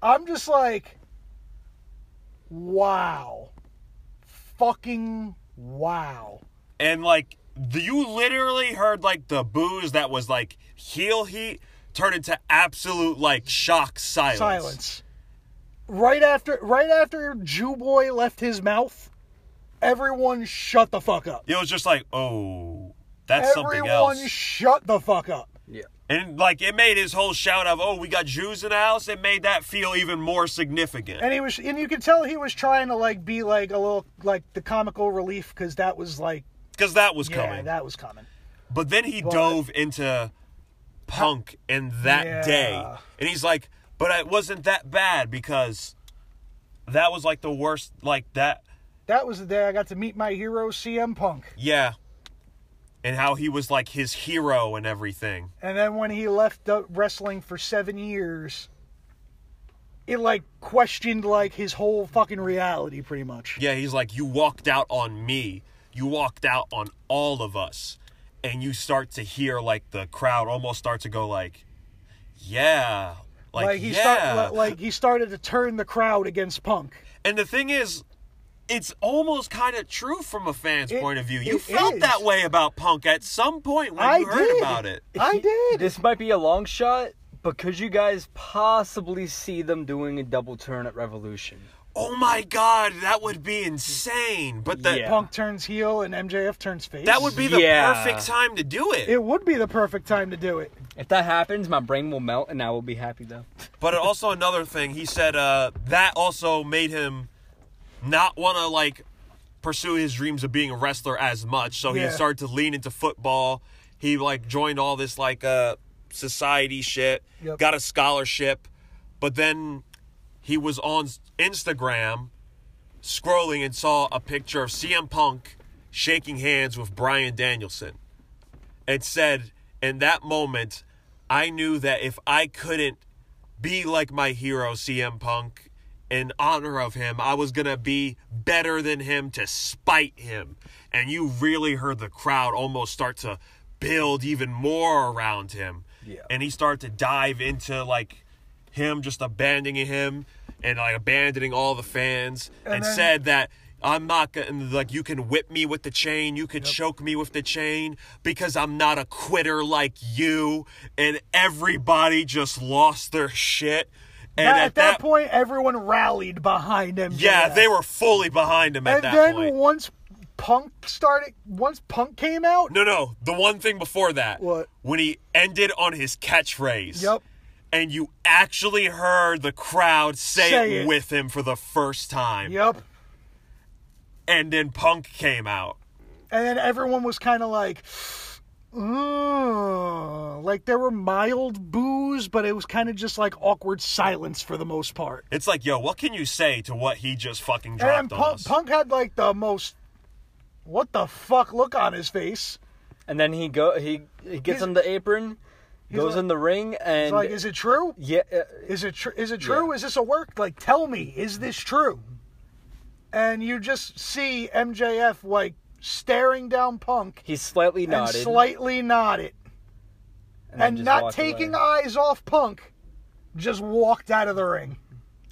Speaker 2: I'm just like, wow, fucking wow.
Speaker 1: and like the, you literally heard like the booze that was like heel heat turn into absolute like shock silence.
Speaker 2: Silence. Right after, right after Jew boy left his mouth, everyone shut the fuck up.
Speaker 1: It was just like, oh, that's something
Speaker 2: Everyone
Speaker 1: else.
Speaker 2: shut the fuck up.
Speaker 3: Yeah.
Speaker 1: and like it made his whole shout of, oh, we got Jews in the house. It made that feel even more significant.
Speaker 2: and he was and you could tell he was trying to like be like a little like the comical relief because that was like
Speaker 1: Because that was
Speaker 2: yeah
Speaker 1: coming.
Speaker 2: that was coming
Speaker 1: But then he dove into punk in that
Speaker 2: Yeah.
Speaker 1: day. And he's like, but it wasn't that bad because that was like the worst, like that.
Speaker 2: that was the day i got to meet my hero cm punk
Speaker 1: Yeah. And how he was like his hero and everything.
Speaker 2: and then when he left the wrestling for seven years it like questioned like his whole fucking reality pretty much
Speaker 1: Yeah, he's like, You walked out on me. You walked out on all of us. And you start to hear like the crowd almost start to go like, Yeah. Like,
Speaker 2: like he
Speaker 1: yeah.
Speaker 2: start, li- like he started to turn the crowd against punk
Speaker 1: and the thing is, it's almost kind of true from a fan's
Speaker 2: It-
Speaker 1: point of view. You
Speaker 2: it
Speaker 1: felt
Speaker 2: is.
Speaker 1: that way about Punk at some point when
Speaker 2: I
Speaker 1: you heard
Speaker 2: did.
Speaker 1: about it.
Speaker 2: i did
Speaker 3: This might be a long shot, but could you guys possibly see them doing a double turn at Revolution?
Speaker 1: Oh my god, that would be insane. But the
Speaker 3: Yeah.
Speaker 2: punk turns heel and mjf turns face
Speaker 1: that would be the
Speaker 3: Yeah.
Speaker 1: perfect time to do it.
Speaker 2: it would be the perfect time to do it
Speaker 3: If that happens, my brain will melt and I will be happy though.
Speaker 1: But also another thing, he said uh, that also made him not want to like pursue his dreams of being a wrestler as much. So he
Speaker 2: Yeah.
Speaker 1: started to lean into football. He like joined all this like uh, society shit.
Speaker 2: Yep.
Speaker 1: Got a scholarship, but then he was on Instagram scrolling and saw a picture of CM Punk shaking hands with Brian Danielson and said, In that moment, I knew that if I couldn't be like my hero, CM Punk, in honor of him, I was going to be better than him to spite him. And you really heard the crowd almost start to build even more around him.
Speaker 3: Yeah.
Speaker 1: And he started to dive into like him just abandoning him and like abandoning all the fans and,
Speaker 2: then-
Speaker 1: said that I'm not gonna like you can whip me with the chain, you could choke me with the chain because I'm not a quitter like you. And everybody just lost their shit. And
Speaker 2: That- at that, point everyone rallied behind mjf
Speaker 1: yeah, they were fully behind him at
Speaker 2: and
Speaker 1: that
Speaker 2: then
Speaker 1: point.
Speaker 2: once punk started once punk came out
Speaker 1: No, no, the one thing before that,
Speaker 2: What?
Speaker 1: when he ended on his catchphrase.
Speaker 2: Yep.
Speaker 1: And you actually heard the crowd say,
Speaker 2: Say
Speaker 1: it,
Speaker 2: it.
Speaker 1: with him for the first time.
Speaker 2: yep
Speaker 1: And then Punk came out.
Speaker 2: and then everyone was kind of like "Ugh." like there were mild boos but it was kind of just like awkward silence for the most part
Speaker 1: It's like, yo, what can you say to what he just fucking dropped
Speaker 2: and
Speaker 1: on
Speaker 2: punk,
Speaker 1: us?
Speaker 2: punk had like the most what the fuck look on his face
Speaker 3: And then he go he, he gets
Speaker 2: He's-
Speaker 3: on the apron, goes
Speaker 2: like-
Speaker 3: in the ring
Speaker 2: it's
Speaker 3: and
Speaker 2: like is it true
Speaker 3: yeah, uh,
Speaker 2: is it tr- is it true is this a work like tell me is this true and you just see mjf like staring down Punk
Speaker 3: He slightly
Speaker 2: and
Speaker 3: nodded.
Speaker 2: slightly nodded
Speaker 3: and then
Speaker 2: and,
Speaker 3: just
Speaker 2: not
Speaker 3: walked
Speaker 2: taking
Speaker 3: away.
Speaker 2: eyes off Punk, just walked out of the ring.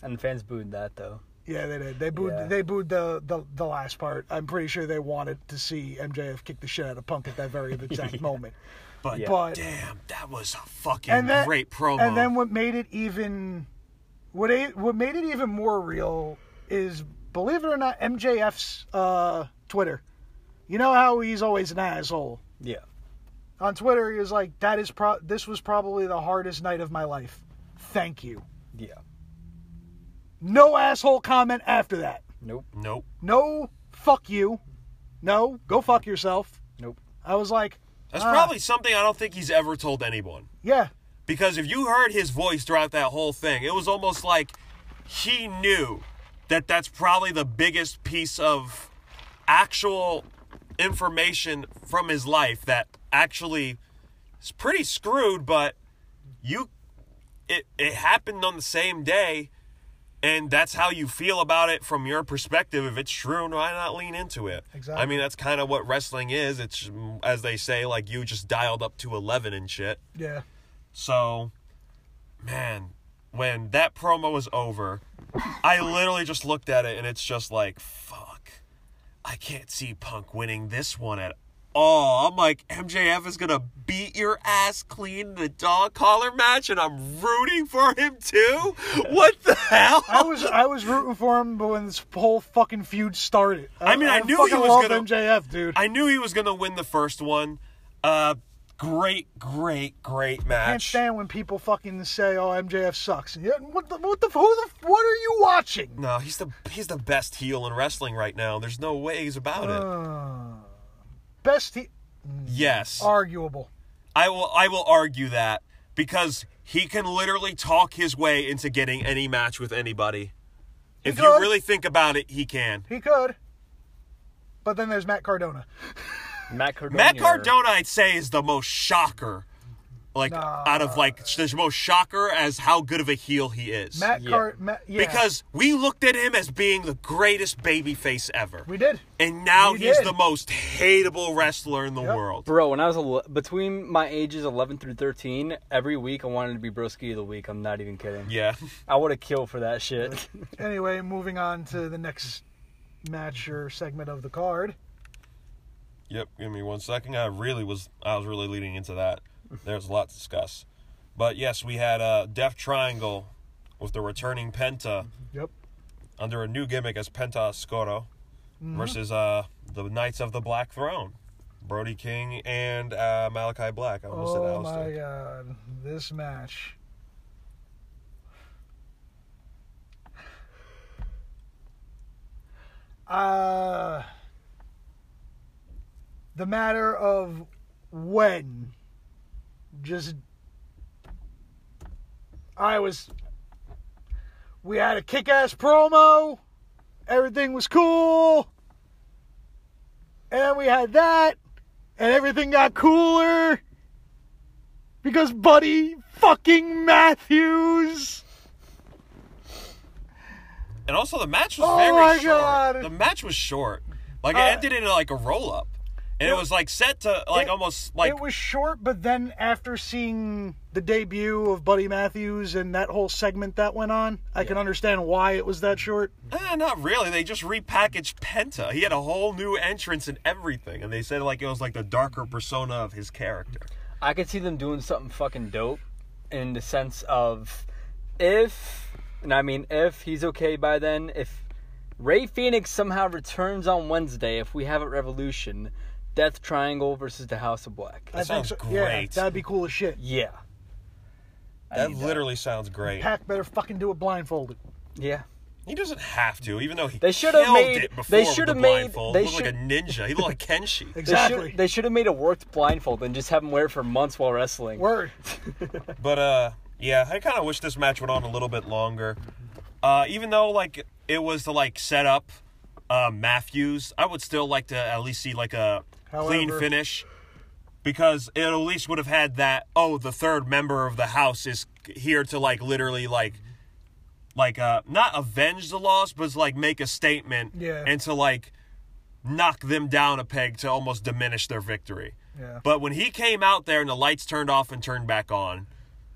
Speaker 3: And the fans booed that though.
Speaker 2: Yeah, they did. They booed.
Speaker 3: Yeah.
Speaker 2: They booed the, the the last part. I'm pretty sure they wanted to see MJF kick the shit out of Punk at that very exact moment.
Speaker 1: But
Speaker 3: Yeah.
Speaker 2: But
Speaker 1: damn, that was a fucking
Speaker 2: and then
Speaker 1: great promo.
Speaker 2: And then what made it even what it, what made it even more real is believe it or not MJF's uh, Twitter. You know how he's always an asshole.
Speaker 3: Yeah.
Speaker 2: On Twitter, he was like, "That is pro- this was probably the hardest night of my life. Thank you."
Speaker 3: Yeah.
Speaker 2: No asshole comment after that.
Speaker 3: Nope.
Speaker 1: nope.
Speaker 2: No fuck you. No, go fuck yourself.
Speaker 3: Nope.
Speaker 2: I was like,
Speaker 1: That's
Speaker 2: Ah.
Speaker 1: probably something I don't think he's ever told anyone.
Speaker 2: yeah,
Speaker 1: Because if you heard his voice throughout that whole thing, it was almost like he knew that that's probably the biggest piece of actual information from his life that actually is pretty screwed, but you it it happened on the same day and that's how you feel about it from your perspective if it's true why not lean into it i
Speaker 2: Exactly.
Speaker 1: mean that's kind of what wrestling is it's mm, as they say like you just dialed up to 11 and shit
Speaker 2: yeah,
Speaker 1: so, man, when that promo was over, I literally just looked at it and it's just like, fuck, I can't see Punk winning this one at all. I'm like, MJF is gonna beat your ass clean in the dog collar match and I'm rooting for him too? What the hell?
Speaker 2: I was I was rooting for him, but when this whole fucking feud started,
Speaker 1: I mean, I knew he
Speaker 2: fucking
Speaker 1: was
Speaker 2: love
Speaker 1: gonna-
Speaker 2: MJF, dude.
Speaker 1: I knew he was gonna win the first one. Uh, great, great, great
Speaker 2: can't
Speaker 1: match.
Speaker 2: stand when people fucking say, "Oh, MJF sucks." Yeah, what the what the who the what are you watching?
Speaker 1: No, he's the he's the best heel in wrestling right now. There's no ways about it.
Speaker 2: Uh, Best he
Speaker 1: Yes.
Speaker 2: arguable.
Speaker 1: I will I will argue that because he can literally talk his way into getting any match with anybody. If you
Speaker 2: could.
Speaker 1: really think about it, he can.
Speaker 2: He could, but then there's Matt Cardona.
Speaker 3: Matt Cardona.
Speaker 1: Matt Cardona, I'd say, is the most shocker. Like
Speaker 2: Nah.
Speaker 1: out of like the most shocker as how good of a heel he is.
Speaker 2: Matt
Speaker 3: Yeah.
Speaker 2: Card, Matt, yeah,
Speaker 1: Because we looked at him as being the greatest babyface ever.
Speaker 2: we did.
Speaker 1: And now
Speaker 2: We
Speaker 1: he's
Speaker 2: did.
Speaker 1: the most hateable wrestler in the
Speaker 2: Yep.
Speaker 1: world.
Speaker 3: Bro, when I was ele- between my ages 11 through 13, every week I wanted to be Broski of the week. I'm not even kidding.
Speaker 1: Yeah.
Speaker 3: I would have killed for that shit.
Speaker 2: Anyway, moving on to the next match or segment of the card.
Speaker 1: Yep, give me one second. I really was I was really leading into that. There's a lot to discuss. But yes, we had a Death Triangle with the returning Penta
Speaker 2: Yep.
Speaker 1: under a new gimmick as Penta Oscuro
Speaker 2: Mm-hmm.
Speaker 1: versus uh the Knights of the Black Throne. Brody King and uh, Malachi Black. I almost
Speaker 2: Oh
Speaker 1: said
Speaker 2: my
Speaker 1: Alistair.
Speaker 2: god, this match. Uh, the matter of when just I was we had a kick-ass promo. Everything was cool. And then we had that and everything got cooler because Buddy fucking Matthews.
Speaker 1: And also the match was
Speaker 2: Oh
Speaker 1: very
Speaker 2: my
Speaker 1: short.
Speaker 2: God.
Speaker 1: The match was short. Like it
Speaker 2: Uh,
Speaker 1: ended in like a roll up. And it, was like set to like
Speaker 2: it-
Speaker 1: almost like
Speaker 2: it was short, but then after seeing the debut of Buddy Matthews and that whole segment that went on, I can understand why it was that short.
Speaker 1: Eh, not really. They just repackaged Penta. He had a whole new entrance and everything, and they said like it was like the darker persona of his character.
Speaker 3: I could see them doing something fucking dope in the sense of if, and I mean if he's okay by then, if Ray Phoenix somehow returns on Wednesday, if we have a revolution, Death Triangle versus the House of Black.
Speaker 2: I think
Speaker 1: sounds
Speaker 2: so. Yeah,
Speaker 1: great.
Speaker 2: that'd be cool as shit.
Speaker 3: Yeah. I
Speaker 1: That
Speaker 3: need that.
Speaker 1: literally sounds great.
Speaker 2: Pack better fucking do it blindfolded.
Speaker 3: Yeah.
Speaker 1: He doesn't have to, even though he
Speaker 3: They
Speaker 1: should
Speaker 3: should've
Speaker 1: have
Speaker 3: made-
Speaker 1: it before
Speaker 3: they
Speaker 1: with the
Speaker 3: should've made-
Speaker 1: blindfold.
Speaker 3: they
Speaker 1: he looked like a ninja. He looked like Kenshi.
Speaker 3: They
Speaker 2: Exactly.
Speaker 3: should, they should have made a worked blindfold and just have him wear it for months while wrestling.
Speaker 2: Word.
Speaker 1: But uh, yeah, I kind of wish this match went on a little bit longer. Uh, even though like it was to like set up uh, Matthews, I would still like to at least see like a clean
Speaker 2: However-
Speaker 1: finish because it at least would have had that. Oh, the third member of the house is here to like literally like like uh not avenge the loss, but it's, like make a statement
Speaker 2: Yeah.
Speaker 1: and to like knock them down a peg to almost diminish their victory.
Speaker 2: Yeah.
Speaker 1: But when he came out there and the lights turned off and turned back on,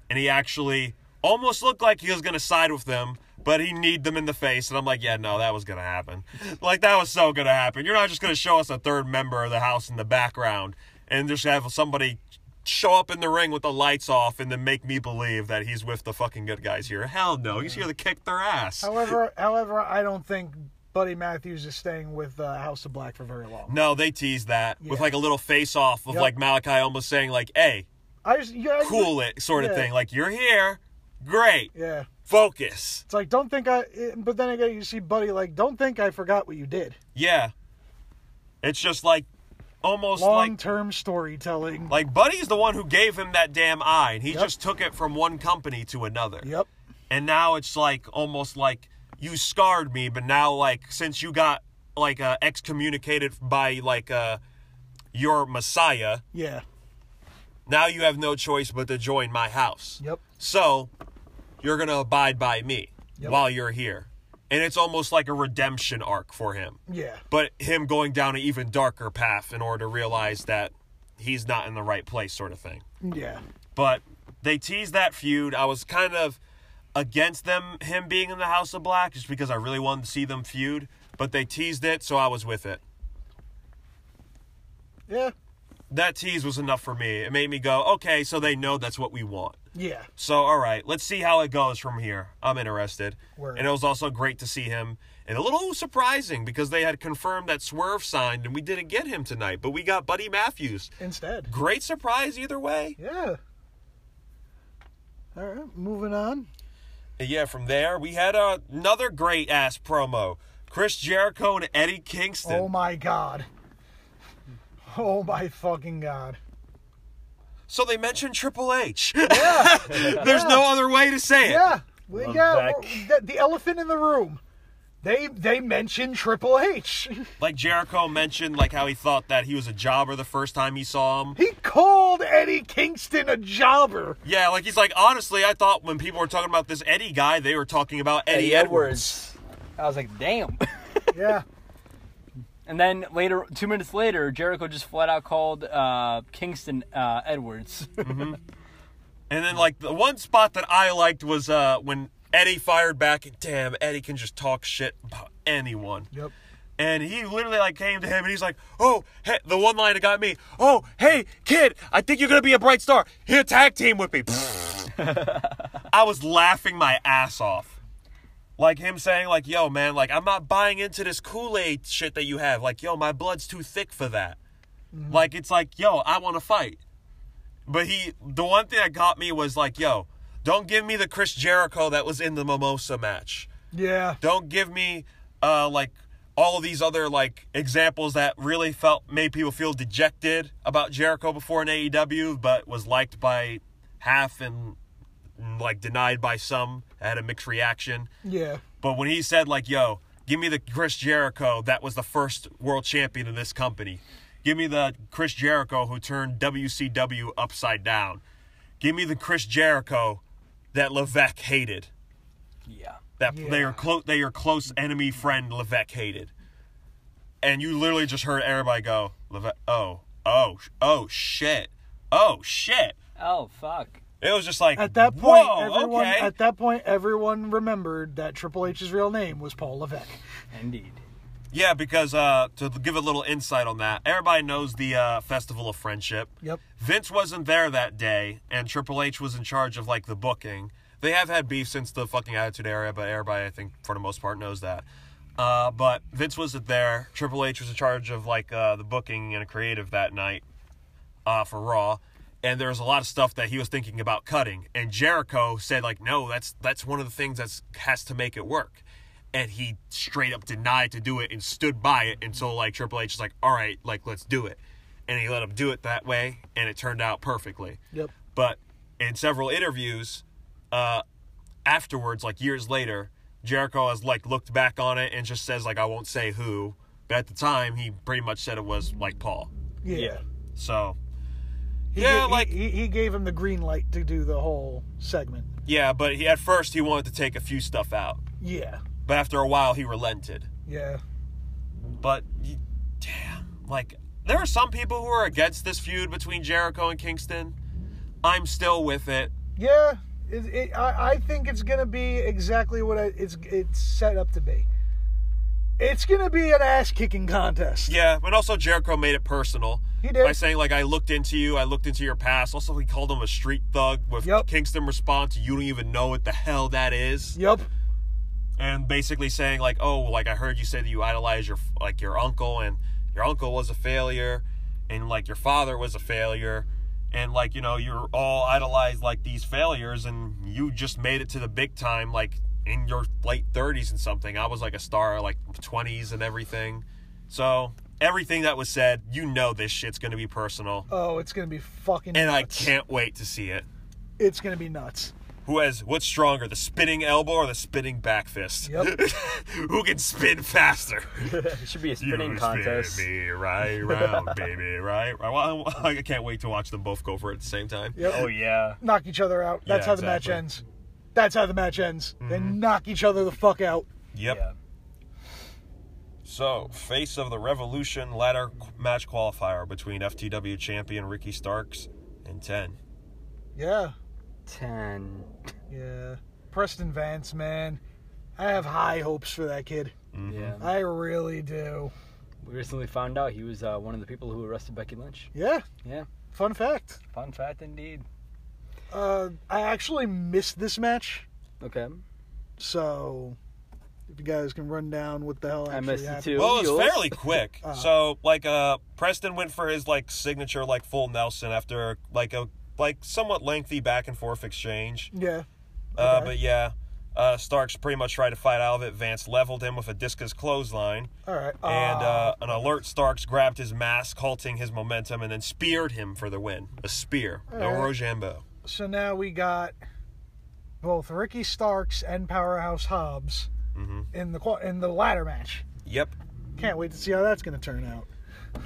Speaker 1: and he actually almost looked like he was gonna side with them, but he kneed them in the face, and I'm like, yeah, no, that was gonna happen. like that was so gonna happen. You're not just gonna show us a third member of the house in the background and just have somebody show up in the ring with the lights off and then make me believe that he's with the fucking good guys here. Hell no, he's here to kick their ass.
Speaker 2: However, however, I don't think Buddy Matthews is staying with uh, House of Black for very long.
Speaker 1: No, they teased that with
Speaker 2: Yeah.
Speaker 1: like a little face off of
Speaker 2: Yep.
Speaker 1: like Malachi almost saying like, "Hey,
Speaker 2: I just yeah, I-
Speaker 1: cool it," sort of
Speaker 2: Yeah.
Speaker 1: thing. Like you're here, great,
Speaker 2: Yeah,
Speaker 1: focus.
Speaker 2: it's like don't think I. it- But then again, you see Buddy like, don't think I forgot what you did.
Speaker 1: Yeah, it's just like almost
Speaker 2: Long
Speaker 1: like
Speaker 2: term storytelling.
Speaker 1: like Buddy's the one who gave him that damn eye, and he
Speaker 2: Yep.
Speaker 1: just took it from one company to another.
Speaker 2: Yep.
Speaker 1: and now it's like almost like you scarred me but now like since you got like uh, excommunicated by like uh your messiah
Speaker 2: Yeah.
Speaker 1: now you have no choice but to join my house
Speaker 2: Yep.
Speaker 1: so you're gonna abide by me
Speaker 2: Yep.
Speaker 1: while you're here and it's almost like a redemption arc for him
Speaker 2: Yeah.
Speaker 1: but him going down an even darker path in order to realize that he's not in the right place sort of thing
Speaker 2: Yeah.
Speaker 1: but they teased that feud. I was kind of against them him being in the House of Black just because I really wanted to see them feud, but they teased it, so I was with it.
Speaker 2: Yeah.
Speaker 1: That tease was enough for me. It made me go, okay, so they know that's what we want.
Speaker 2: Yeah.
Speaker 1: So all right, let's see how it goes from here. I'm interested.
Speaker 2: Word.
Speaker 1: And it was also great to see him. And a little surprising because they had confirmed that Swerve signed and we didn't get him tonight, but we got Buddy Matthews.
Speaker 2: Instead.
Speaker 1: Great surprise either way.
Speaker 2: Yeah. All right. Moving on.
Speaker 1: And Yeah, from there we had uh, another great ass promo. Chris Jericho and Eddie Kingston.
Speaker 2: Oh my god. Oh my fucking god.
Speaker 1: so they mentioned Triple H.
Speaker 2: Yeah.
Speaker 1: There's no other way to say it.
Speaker 2: Yeah. We
Speaker 3: Love
Speaker 2: yeah.
Speaker 3: that.
Speaker 2: The, the elephant in the room. They they mentioned Triple H.
Speaker 1: Like Jericho mentioned, like how he thought that he was a jobber the first time he saw him.
Speaker 2: He called Eddie Kingston a jobber.
Speaker 1: Yeah, like he's like, honestly, I thought when people were talking about this Eddie guy, they were talking about Eddie,
Speaker 3: Eddie
Speaker 1: Edwards.
Speaker 3: Edwards. I was like, damn.
Speaker 2: Yeah.
Speaker 3: and then later, two minutes later, Jericho just flat out called uh, Kingston uh, Edwards.
Speaker 1: And then like the one spot that I liked was uh when Eddie fired back. And damn, Eddie can just talk shit about anyone.
Speaker 2: Yep.
Speaker 1: And he literally like came to him and he's like, "Oh, hey, the one line that got me. Oh, hey, kid, I think you're gonna be a bright star. Here, tag team with me." I was laughing my ass off. Like him saying, like, "Yo, man, like I'm not buying into this Kool Aid shit that you have. Like, yo, my blood's too thick for that. Like, it's like, yo, I want to fight." But he, the one thing that got me was like, "Yo, don't give me the Chris Jericho that was in the Mimosa match."
Speaker 2: Yeah.
Speaker 1: don't give me uh, like all these other like examples that really felt made people feel dejected about Jericho before in AEW, but was liked by half and like denied by some. Had a mixed reaction.
Speaker 2: Yeah.
Speaker 1: But when he said like, "Yo, give me the Chris Jericho that was the first world champion in this company. Give me the Chris Jericho who turned WCW upside down. Give me the Chris Jericho that Levesque hated."
Speaker 3: yeah.
Speaker 1: that
Speaker 2: Yeah.
Speaker 1: they are close they are close enemy friend Levesque hated. And you literally just heard everybody go, Levesque, oh, oh, sh- oh shit. Oh shit.
Speaker 3: Oh, fuck.
Speaker 1: It was just like
Speaker 2: At that point,
Speaker 1: whoa,
Speaker 2: everyone
Speaker 1: okay.
Speaker 2: at that point everyone remembered that Triple H's real name was Paul Levesque.
Speaker 3: Indeed.
Speaker 1: yeah, because uh to give a little insight on that, everybody knows the uh Festival of Friendship.
Speaker 2: Yep.
Speaker 1: Vince wasn't there that day and Triple H was in charge of like the booking. They have had beef since the fucking Attitude Era, but everybody I think for the most part knows that. Uh, but Vince wasn't there. Triple H was in charge of like uh, the booking and creative that night uh, for Raw, and there was a lot of stuff that he was thinking about cutting. And Jericho said like, "No, that's that's one of the things that's has to make it work," and he straight up denied to do it and stood by it until like Triple H is like, "All right, like let's do it," and he let him do it that way, and it turned out perfectly.
Speaker 2: Yep.
Speaker 1: But in several interviews, uh, afterwards, like years later, Jericho has like looked back on it and just says like, "I won't say who." But at the time, he pretty much said it was like Paul.
Speaker 2: Yeah.
Speaker 1: So
Speaker 2: He,
Speaker 1: Yeah,
Speaker 2: he-
Speaker 1: like-
Speaker 2: he, he gave him the green light to do the whole segment.
Speaker 1: Yeah, but he, at first he wanted to take a few stuff out,
Speaker 2: Yeah.
Speaker 1: but after a while he relented.
Speaker 2: Yeah.
Speaker 1: But y- damn, like there are some people who are against this feud between Jericho and Kingston. I'm still with it.
Speaker 2: Yeah, it, it, I, I think it's gonna be exactly what I, it's it's set up to be. It's gonna be an ass kicking contest.
Speaker 1: Yeah, and also Jericho made it personal.
Speaker 2: He did.
Speaker 1: By saying, like, I looked into you, I looked into your past. Also, he called him a street thug with
Speaker 2: Yep.
Speaker 1: Kingston response, you don't even know what the hell that is.
Speaker 2: Yep.
Speaker 1: And basically saying, like, oh, like, I heard you say that you idolize your, like, your uncle, and your uncle was a failure, and, like, your father was a failure. And, like, you know, you're all idolized, like, these failures, and you just made it to the big time, like, in your late 30s and something. I was, like, a star, like, 20s and everything. So, everything that was said, you know this shit's gonna be personal
Speaker 2: Oh, it's gonna be fucking.
Speaker 1: and I
Speaker 2: nuts.
Speaker 1: can't wait to see it.
Speaker 2: It's gonna be nuts.
Speaker 1: Who has what's stronger, the spinning elbow or the spinning back fist?
Speaker 2: Yep.
Speaker 1: Who can spin faster?
Speaker 3: It should be a spinning
Speaker 1: you
Speaker 3: contest.
Speaker 1: spin me right round, baby, right? right. Well, I I can't wait to watch them both go for it at the same time.
Speaker 2: Yep.
Speaker 3: Oh yeah.
Speaker 2: knock each other out. That's
Speaker 1: Yeah,
Speaker 2: how the
Speaker 1: exactly. Mm-hmm.
Speaker 2: match ends. That's how the match ends. They knock each other the fuck out.
Speaker 1: Yep.
Speaker 3: Yeah.
Speaker 1: So, face of the Revolution ladder qu- match qualifier between FTW champion Ricky Starks and Ten.
Speaker 2: Yeah.
Speaker 3: Ten.
Speaker 2: Yeah. Preston Vance, man. I have high hopes for that kid.
Speaker 3: Yeah.
Speaker 2: I really do.
Speaker 3: We recently found out he was uh, one of the people who arrested Becky Lynch.
Speaker 2: Yeah.
Speaker 3: Yeah.
Speaker 2: Fun fact.
Speaker 3: Fun fact indeed.
Speaker 2: Uh, I actually missed this match,
Speaker 3: Okay.
Speaker 2: so if you guys can run down what the hell
Speaker 3: I
Speaker 2: actually
Speaker 3: missed it
Speaker 2: happened.
Speaker 3: too.
Speaker 1: Well, it was
Speaker 3: Yours?
Speaker 1: fairly quick.
Speaker 2: Uh-huh.
Speaker 1: so like uh Preston went for his like signature like full Nelson after like a like somewhat lengthy back and forth exchange.
Speaker 2: Yeah.
Speaker 1: Uh,
Speaker 2: Okay.
Speaker 1: but yeah, uh, Starks pretty much tried to fight out of it. Vance leveled him with a discus clothesline,
Speaker 2: All right.
Speaker 1: and uh, an alert Starks grabbed his mask, halting his momentum, and then speared him for the win. A spear, no
Speaker 2: Alright.
Speaker 1: Rojambo.
Speaker 2: so now we got both Ricky Starks and Powerhouse Hobbs in the qua- in the ladder match.
Speaker 1: Mm-hmm. Yep.
Speaker 2: Can't wait to see how that's going to turn out.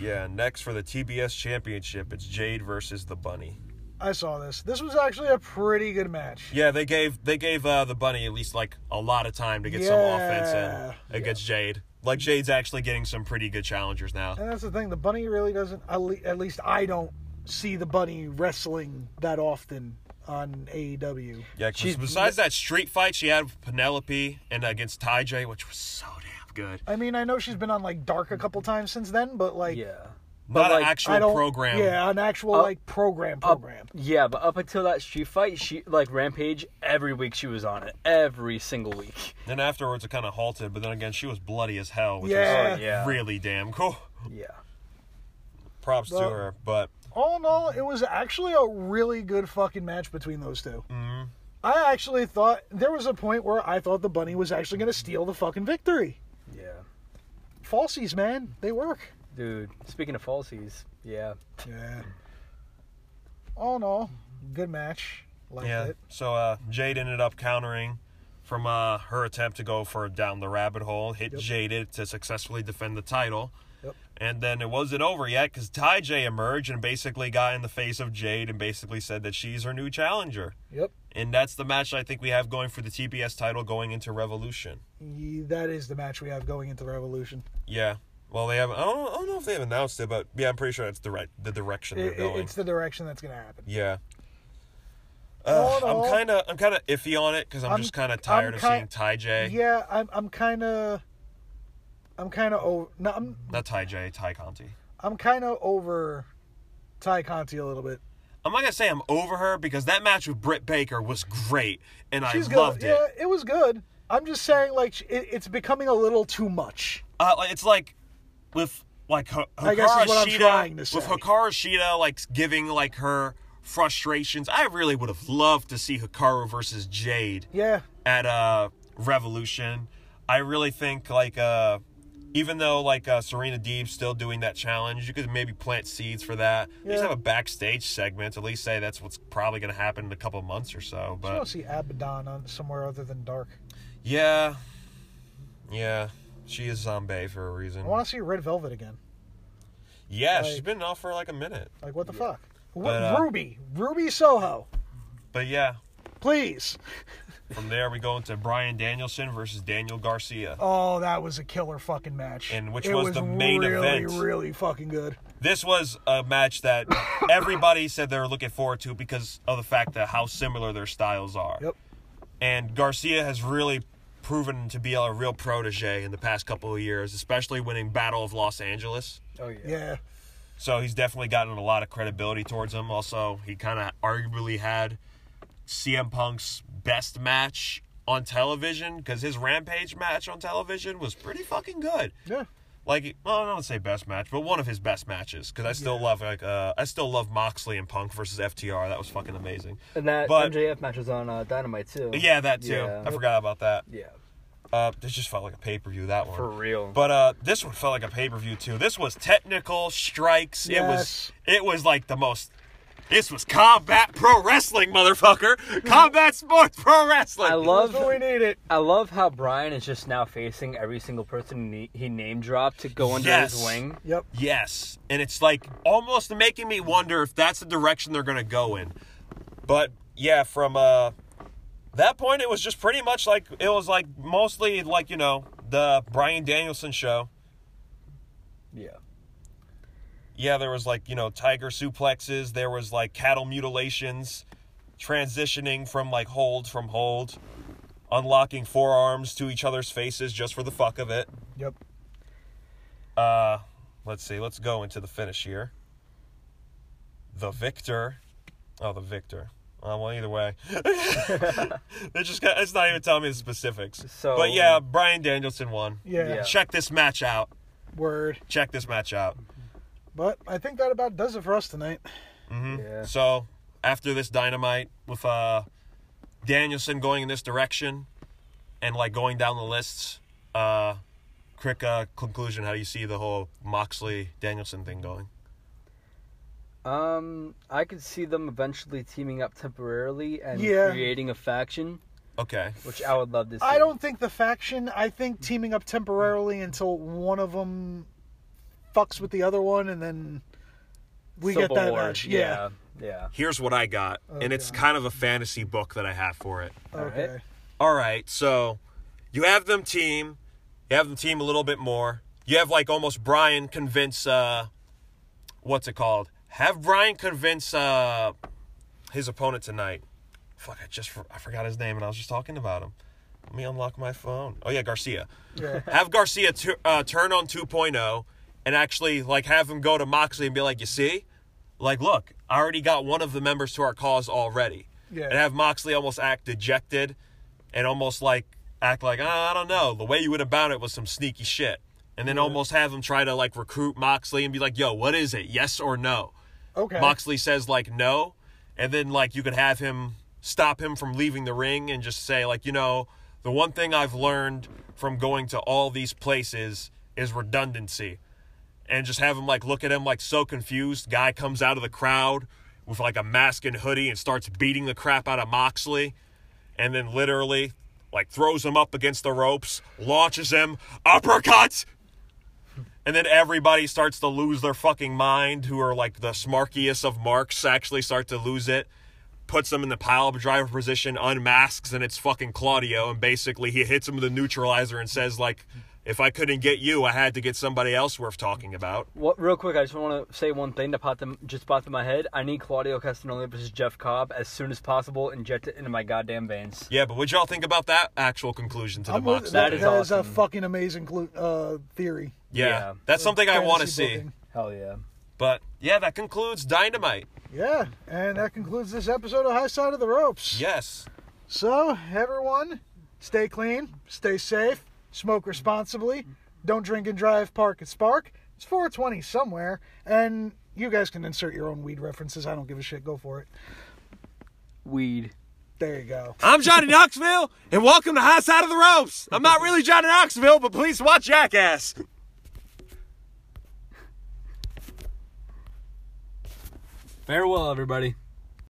Speaker 1: Yeah. Next for the TBS Championship, it's Jade versus the Bunny.
Speaker 2: I saw this. This was actually a pretty good match.
Speaker 1: Yeah, they gave they gave uh, the bunny at least like a lot of time to get some offense in
Speaker 2: Yeah.
Speaker 1: against Jade. Like Jade's actually getting some pretty good challengers now.
Speaker 2: And that's the thing. The bunny really doesn't. At le- at least I don't see the bunny wrestling that often on E AEW.
Speaker 1: Yeah, 'cause
Speaker 3: She's-
Speaker 1: besides that street fight she had with Penelope and against Ty J, which was so damn good.
Speaker 2: I mean, I know she's been on like Dark a couple times since then, but like
Speaker 3: Yeah.
Speaker 1: Not
Speaker 3: like,
Speaker 1: an
Speaker 3: I
Speaker 1: actual
Speaker 2: I don't.
Speaker 1: program.
Speaker 2: Yeah, an actual like program program.
Speaker 3: Yeah, but up until that street fight, she like Rampage every week she was on it. Every single week.
Speaker 1: Then afterwards it kind of halted, but then again she was bloody as hell, which
Speaker 2: Yeah.
Speaker 1: was
Speaker 3: Yeah.
Speaker 1: really damn cool.
Speaker 3: Yeah.
Speaker 1: Props to
Speaker 2: Well-
Speaker 1: her, but
Speaker 2: all in all, it was actually a really good fucking match between those 2
Speaker 1: Mm-hmm.
Speaker 2: I actually thought there was a point where I thought the bunny was actually going to steal the fucking victory.
Speaker 3: Yeah.
Speaker 2: Falsies, man, they work.
Speaker 3: Dude, speaking of falsies, yeah.
Speaker 2: Yeah. All in all, good match. Liked
Speaker 1: yeah.
Speaker 2: it.
Speaker 1: So uh, Jade ended up countering from uh, her attempt to go for down the rabbit hole, hit Jaded to successfully defend the title.
Speaker 2: Yep.
Speaker 1: And then it wasn't over yet because Ty J emerged and basically got in the face of Jade and basically said that she's her new challenger.
Speaker 2: Yep.
Speaker 1: And that's the match I think we have going for the TBS title going into Revolution.
Speaker 2: Ye- That is the match we have going into the Revolution.
Speaker 1: Yeah. Well, they have. I don't, I don't know if they have announced it, but yeah, I'm pretty sure that's the right the direction
Speaker 2: I-
Speaker 1: they're
Speaker 2: i-
Speaker 1: going.
Speaker 2: it's the direction that's going to happen.
Speaker 1: yeah.
Speaker 2: All
Speaker 1: Uh,
Speaker 2: in all-
Speaker 1: I'm kind of I'm kind of iffy on it because I'm,
Speaker 2: I'm-
Speaker 1: just kind of
Speaker 2: I'm
Speaker 1: tired of
Speaker 2: ki-
Speaker 1: seeing Ty J.
Speaker 2: Yeah, I'm. I'm kind of. I'm kind of over. No, I'm.
Speaker 1: Not Ty J, Ty Conti.
Speaker 2: I'm kind of over. Ty Conti a little bit.
Speaker 1: I'm not gonna say I'm over her because that match with Britt Baker was great and
Speaker 2: She's
Speaker 1: I
Speaker 2: good.
Speaker 1: loved it.
Speaker 2: Yeah, it was good. I'm just saying, like, sh- it, it's becoming a little too much.
Speaker 1: Uh, like, it's like with like H-
Speaker 2: I guess
Speaker 1: Hikaru
Speaker 2: is what I'm trying
Speaker 1: Shida
Speaker 2: to
Speaker 1: with
Speaker 2: say.
Speaker 1: Hikaru Shida like giving like her frustrations. I really would have loved to see Hikaru versus Jade
Speaker 2: Yeah,
Speaker 1: at uh Revolution. I really think like uh even though like uh, Serena Deeb's still doing that challenge, you could maybe plant seeds for that. At least
Speaker 2: Yeah.
Speaker 1: have a backstage segment. At least say that's what's probably going to happen in a couple months or so.
Speaker 2: I don't
Speaker 1: But
Speaker 2: see Abaddon on somewhere other than Dark.
Speaker 1: yeah, yeah, she is zombie for a reason.
Speaker 2: I want to see Red Velvet again.
Speaker 1: Yeah, she's
Speaker 2: Like-
Speaker 1: been out for like a minute.
Speaker 2: Like, what the fuck? Wh-
Speaker 1: But, uh,
Speaker 2: Ruby, Ruby Soho,
Speaker 1: But yeah,
Speaker 2: please.
Speaker 1: From there, we go into Brian Danielson versus Daniel Garcia.
Speaker 2: Oh, that was a killer fucking match.
Speaker 1: And which
Speaker 2: It
Speaker 1: was the main
Speaker 2: really,
Speaker 1: event.
Speaker 2: Really fucking good.
Speaker 1: This was a match that everybody said they were looking forward to because of the fact that how similar their styles are.
Speaker 2: Yep.
Speaker 1: And Garcia has really proven to be a real protege in the past couple of years, especially winning Battle of Los Angeles.
Speaker 3: Oh yeah.
Speaker 2: Yeah.
Speaker 1: So he's definitely gotten a lot of credibility towards him. Also, he kind of arguably had CM Punk's best match on television because his Rampage match on television was pretty fucking good.
Speaker 2: Yeah.
Speaker 1: Like, well, I don't say best match, but one of his best matches because I still love like uh, I still love Moxley and Punk versus FTR. That was fucking amazing.
Speaker 3: And that
Speaker 1: But-
Speaker 3: MJF match was on uh, Dynamite too.
Speaker 1: Yeah, that too.
Speaker 3: Yeah.
Speaker 1: I forgot about that.
Speaker 3: Yeah.
Speaker 1: Uh, this just felt like a pay per view. That one
Speaker 3: For real.
Speaker 1: But uh, this one felt like a pay per view too. This was technical strikes. It was
Speaker 2: Yes.
Speaker 1: it was like the most. This was combat pro wrestling, motherfucker. Combat sports pro wrestling.
Speaker 3: I
Speaker 2: That's
Speaker 3: love.
Speaker 2: what we need it.
Speaker 3: I love how Brian is just now facing every single person he- he name dropped to go under
Speaker 1: Yes.
Speaker 3: his wing.
Speaker 2: Yep.
Speaker 1: Yes, and it's like almost making me wonder if that's the direction they're gonna go in. But yeah, from uh, that point, it was just pretty much like it was like mostly like you know the Brian Danielson show.
Speaker 3: Yeah.
Speaker 1: yeah, there was like, you know, tiger suplexes, there was like cattle mutilations, transitioning from like hold from hold, unlocking forearms to each other's faces just for the fuck of it.
Speaker 2: Yep.
Speaker 1: Uh, let's see, let's go into the finish here. The victor. Oh, the victor. Uh, well, either way, it just—it's not even telling me the specifics.
Speaker 3: So-
Speaker 1: but yeah, Brian Danielson won.
Speaker 2: Yeah.
Speaker 3: Yeah.
Speaker 1: Check this match out.
Speaker 2: Word.
Speaker 1: Check this match out.
Speaker 2: But I think that about does it for us tonight.
Speaker 3: Yeah.
Speaker 1: Mm-hmm. So after this dynamite with uh, Danielson going in this direction and like going down the lists, uh, quick uh, conclusion. How do you see the whole Moxley Danielson thing going?
Speaker 3: Um, I could see them eventually teaming up temporarily and
Speaker 2: Yeah.
Speaker 3: creating a faction,
Speaker 1: Okay.
Speaker 3: which I would love to see.
Speaker 2: I don't think the faction. I think teaming up temporarily until one of them fucks with the other one, and then we
Speaker 3: Civil
Speaker 2: get that
Speaker 3: War.
Speaker 2: match. Yeah.
Speaker 3: Yeah. yeah.
Speaker 1: Here's what I got, and it's kind of a fantasy book that I have for it.
Speaker 2: Okay.
Speaker 3: Alright.
Speaker 1: All right, so you have them team, you have them team a little bit more. You have like almost Brian convince uh, what's it called? Have Brian convince uh, his opponent tonight. Fuck, I just for- I forgot his name and I was just talking about him. Let me unlock my phone. Oh yeah, Garcia.
Speaker 2: Yeah.
Speaker 1: Have Garcia tu- uh, turn on 2.0 and actually like have him go to Moxley and be like, "You see? Like look, I already got one of the members to our cause already."
Speaker 2: Yeah.
Speaker 1: And have Moxley almost act dejected and almost like act like, "Ah, "I don't know, the way you went about it was some sneaky shit." And then almost have him try to like recruit Moxley and be like, "Yo, what is it? Yes or no?"
Speaker 2: Okay.
Speaker 1: Moxley says like no, and then like you could have him stop him from leaving the ring and just say like you know the one thing I've learned from going to all these places is redundancy, and just have him like look at him like so confused. Guy comes out of the crowd with like a mask and hoodie and starts beating the crap out of Moxley, and then literally like throws him up against the ropes, launches him, uppercuts, and then everybody starts to lose their fucking mind, who are like the smarkiest of marks, actually start to lose it. Puts them in the pile driver position, unmasks, and it's fucking Claudio. And basically, he hits him with a neutralizer and says, like, if I couldn't get you, I had to get somebody else worth talking about.
Speaker 3: What, real quick, I just want to say one thing that popped in, just popped in my head. I need Claudio Castagnoli versus Jeff Cobb as soon as possible. Inject it into my goddamn veins.
Speaker 1: Yeah, but what'd y'all think about that actual conclusion to the
Speaker 2: I'm with-
Speaker 1: box?
Speaker 2: that
Speaker 3: That is
Speaker 2: is a
Speaker 3: awesome.
Speaker 2: fucking amazing glu- uh, theory.
Speaker 1: yeah,
Speaker 3: yeah.
Speaker 1: that's something I want to
Speaker 2: Fantasy
Speaker 1: see.
Speaker 2: booking.
Speaker 3: Hell yeah.
Speaker 1: But yeah, that concludes Dynamite.
Speaker 2: Yeah, and that concludes this episode of High Side of the Ropes.
Speaker 1: Yes.
Speaker 2: So, everyone, stay clean, stay safe, smoke responsibly, don't drink and drive, park and spark. It's 420 somewhere, and you guys can insert your own weed references. I don't give a shit. Go for it.
Speaker 3: Weed.
Speaker 2: There you go.
Speaker 1: I'm Johnny Knoxville, and welcome to High Side of the Ropes. I'm not really Johnny Knoxville, but please watch Jackass.
Speaker 3: Farewell, everybody.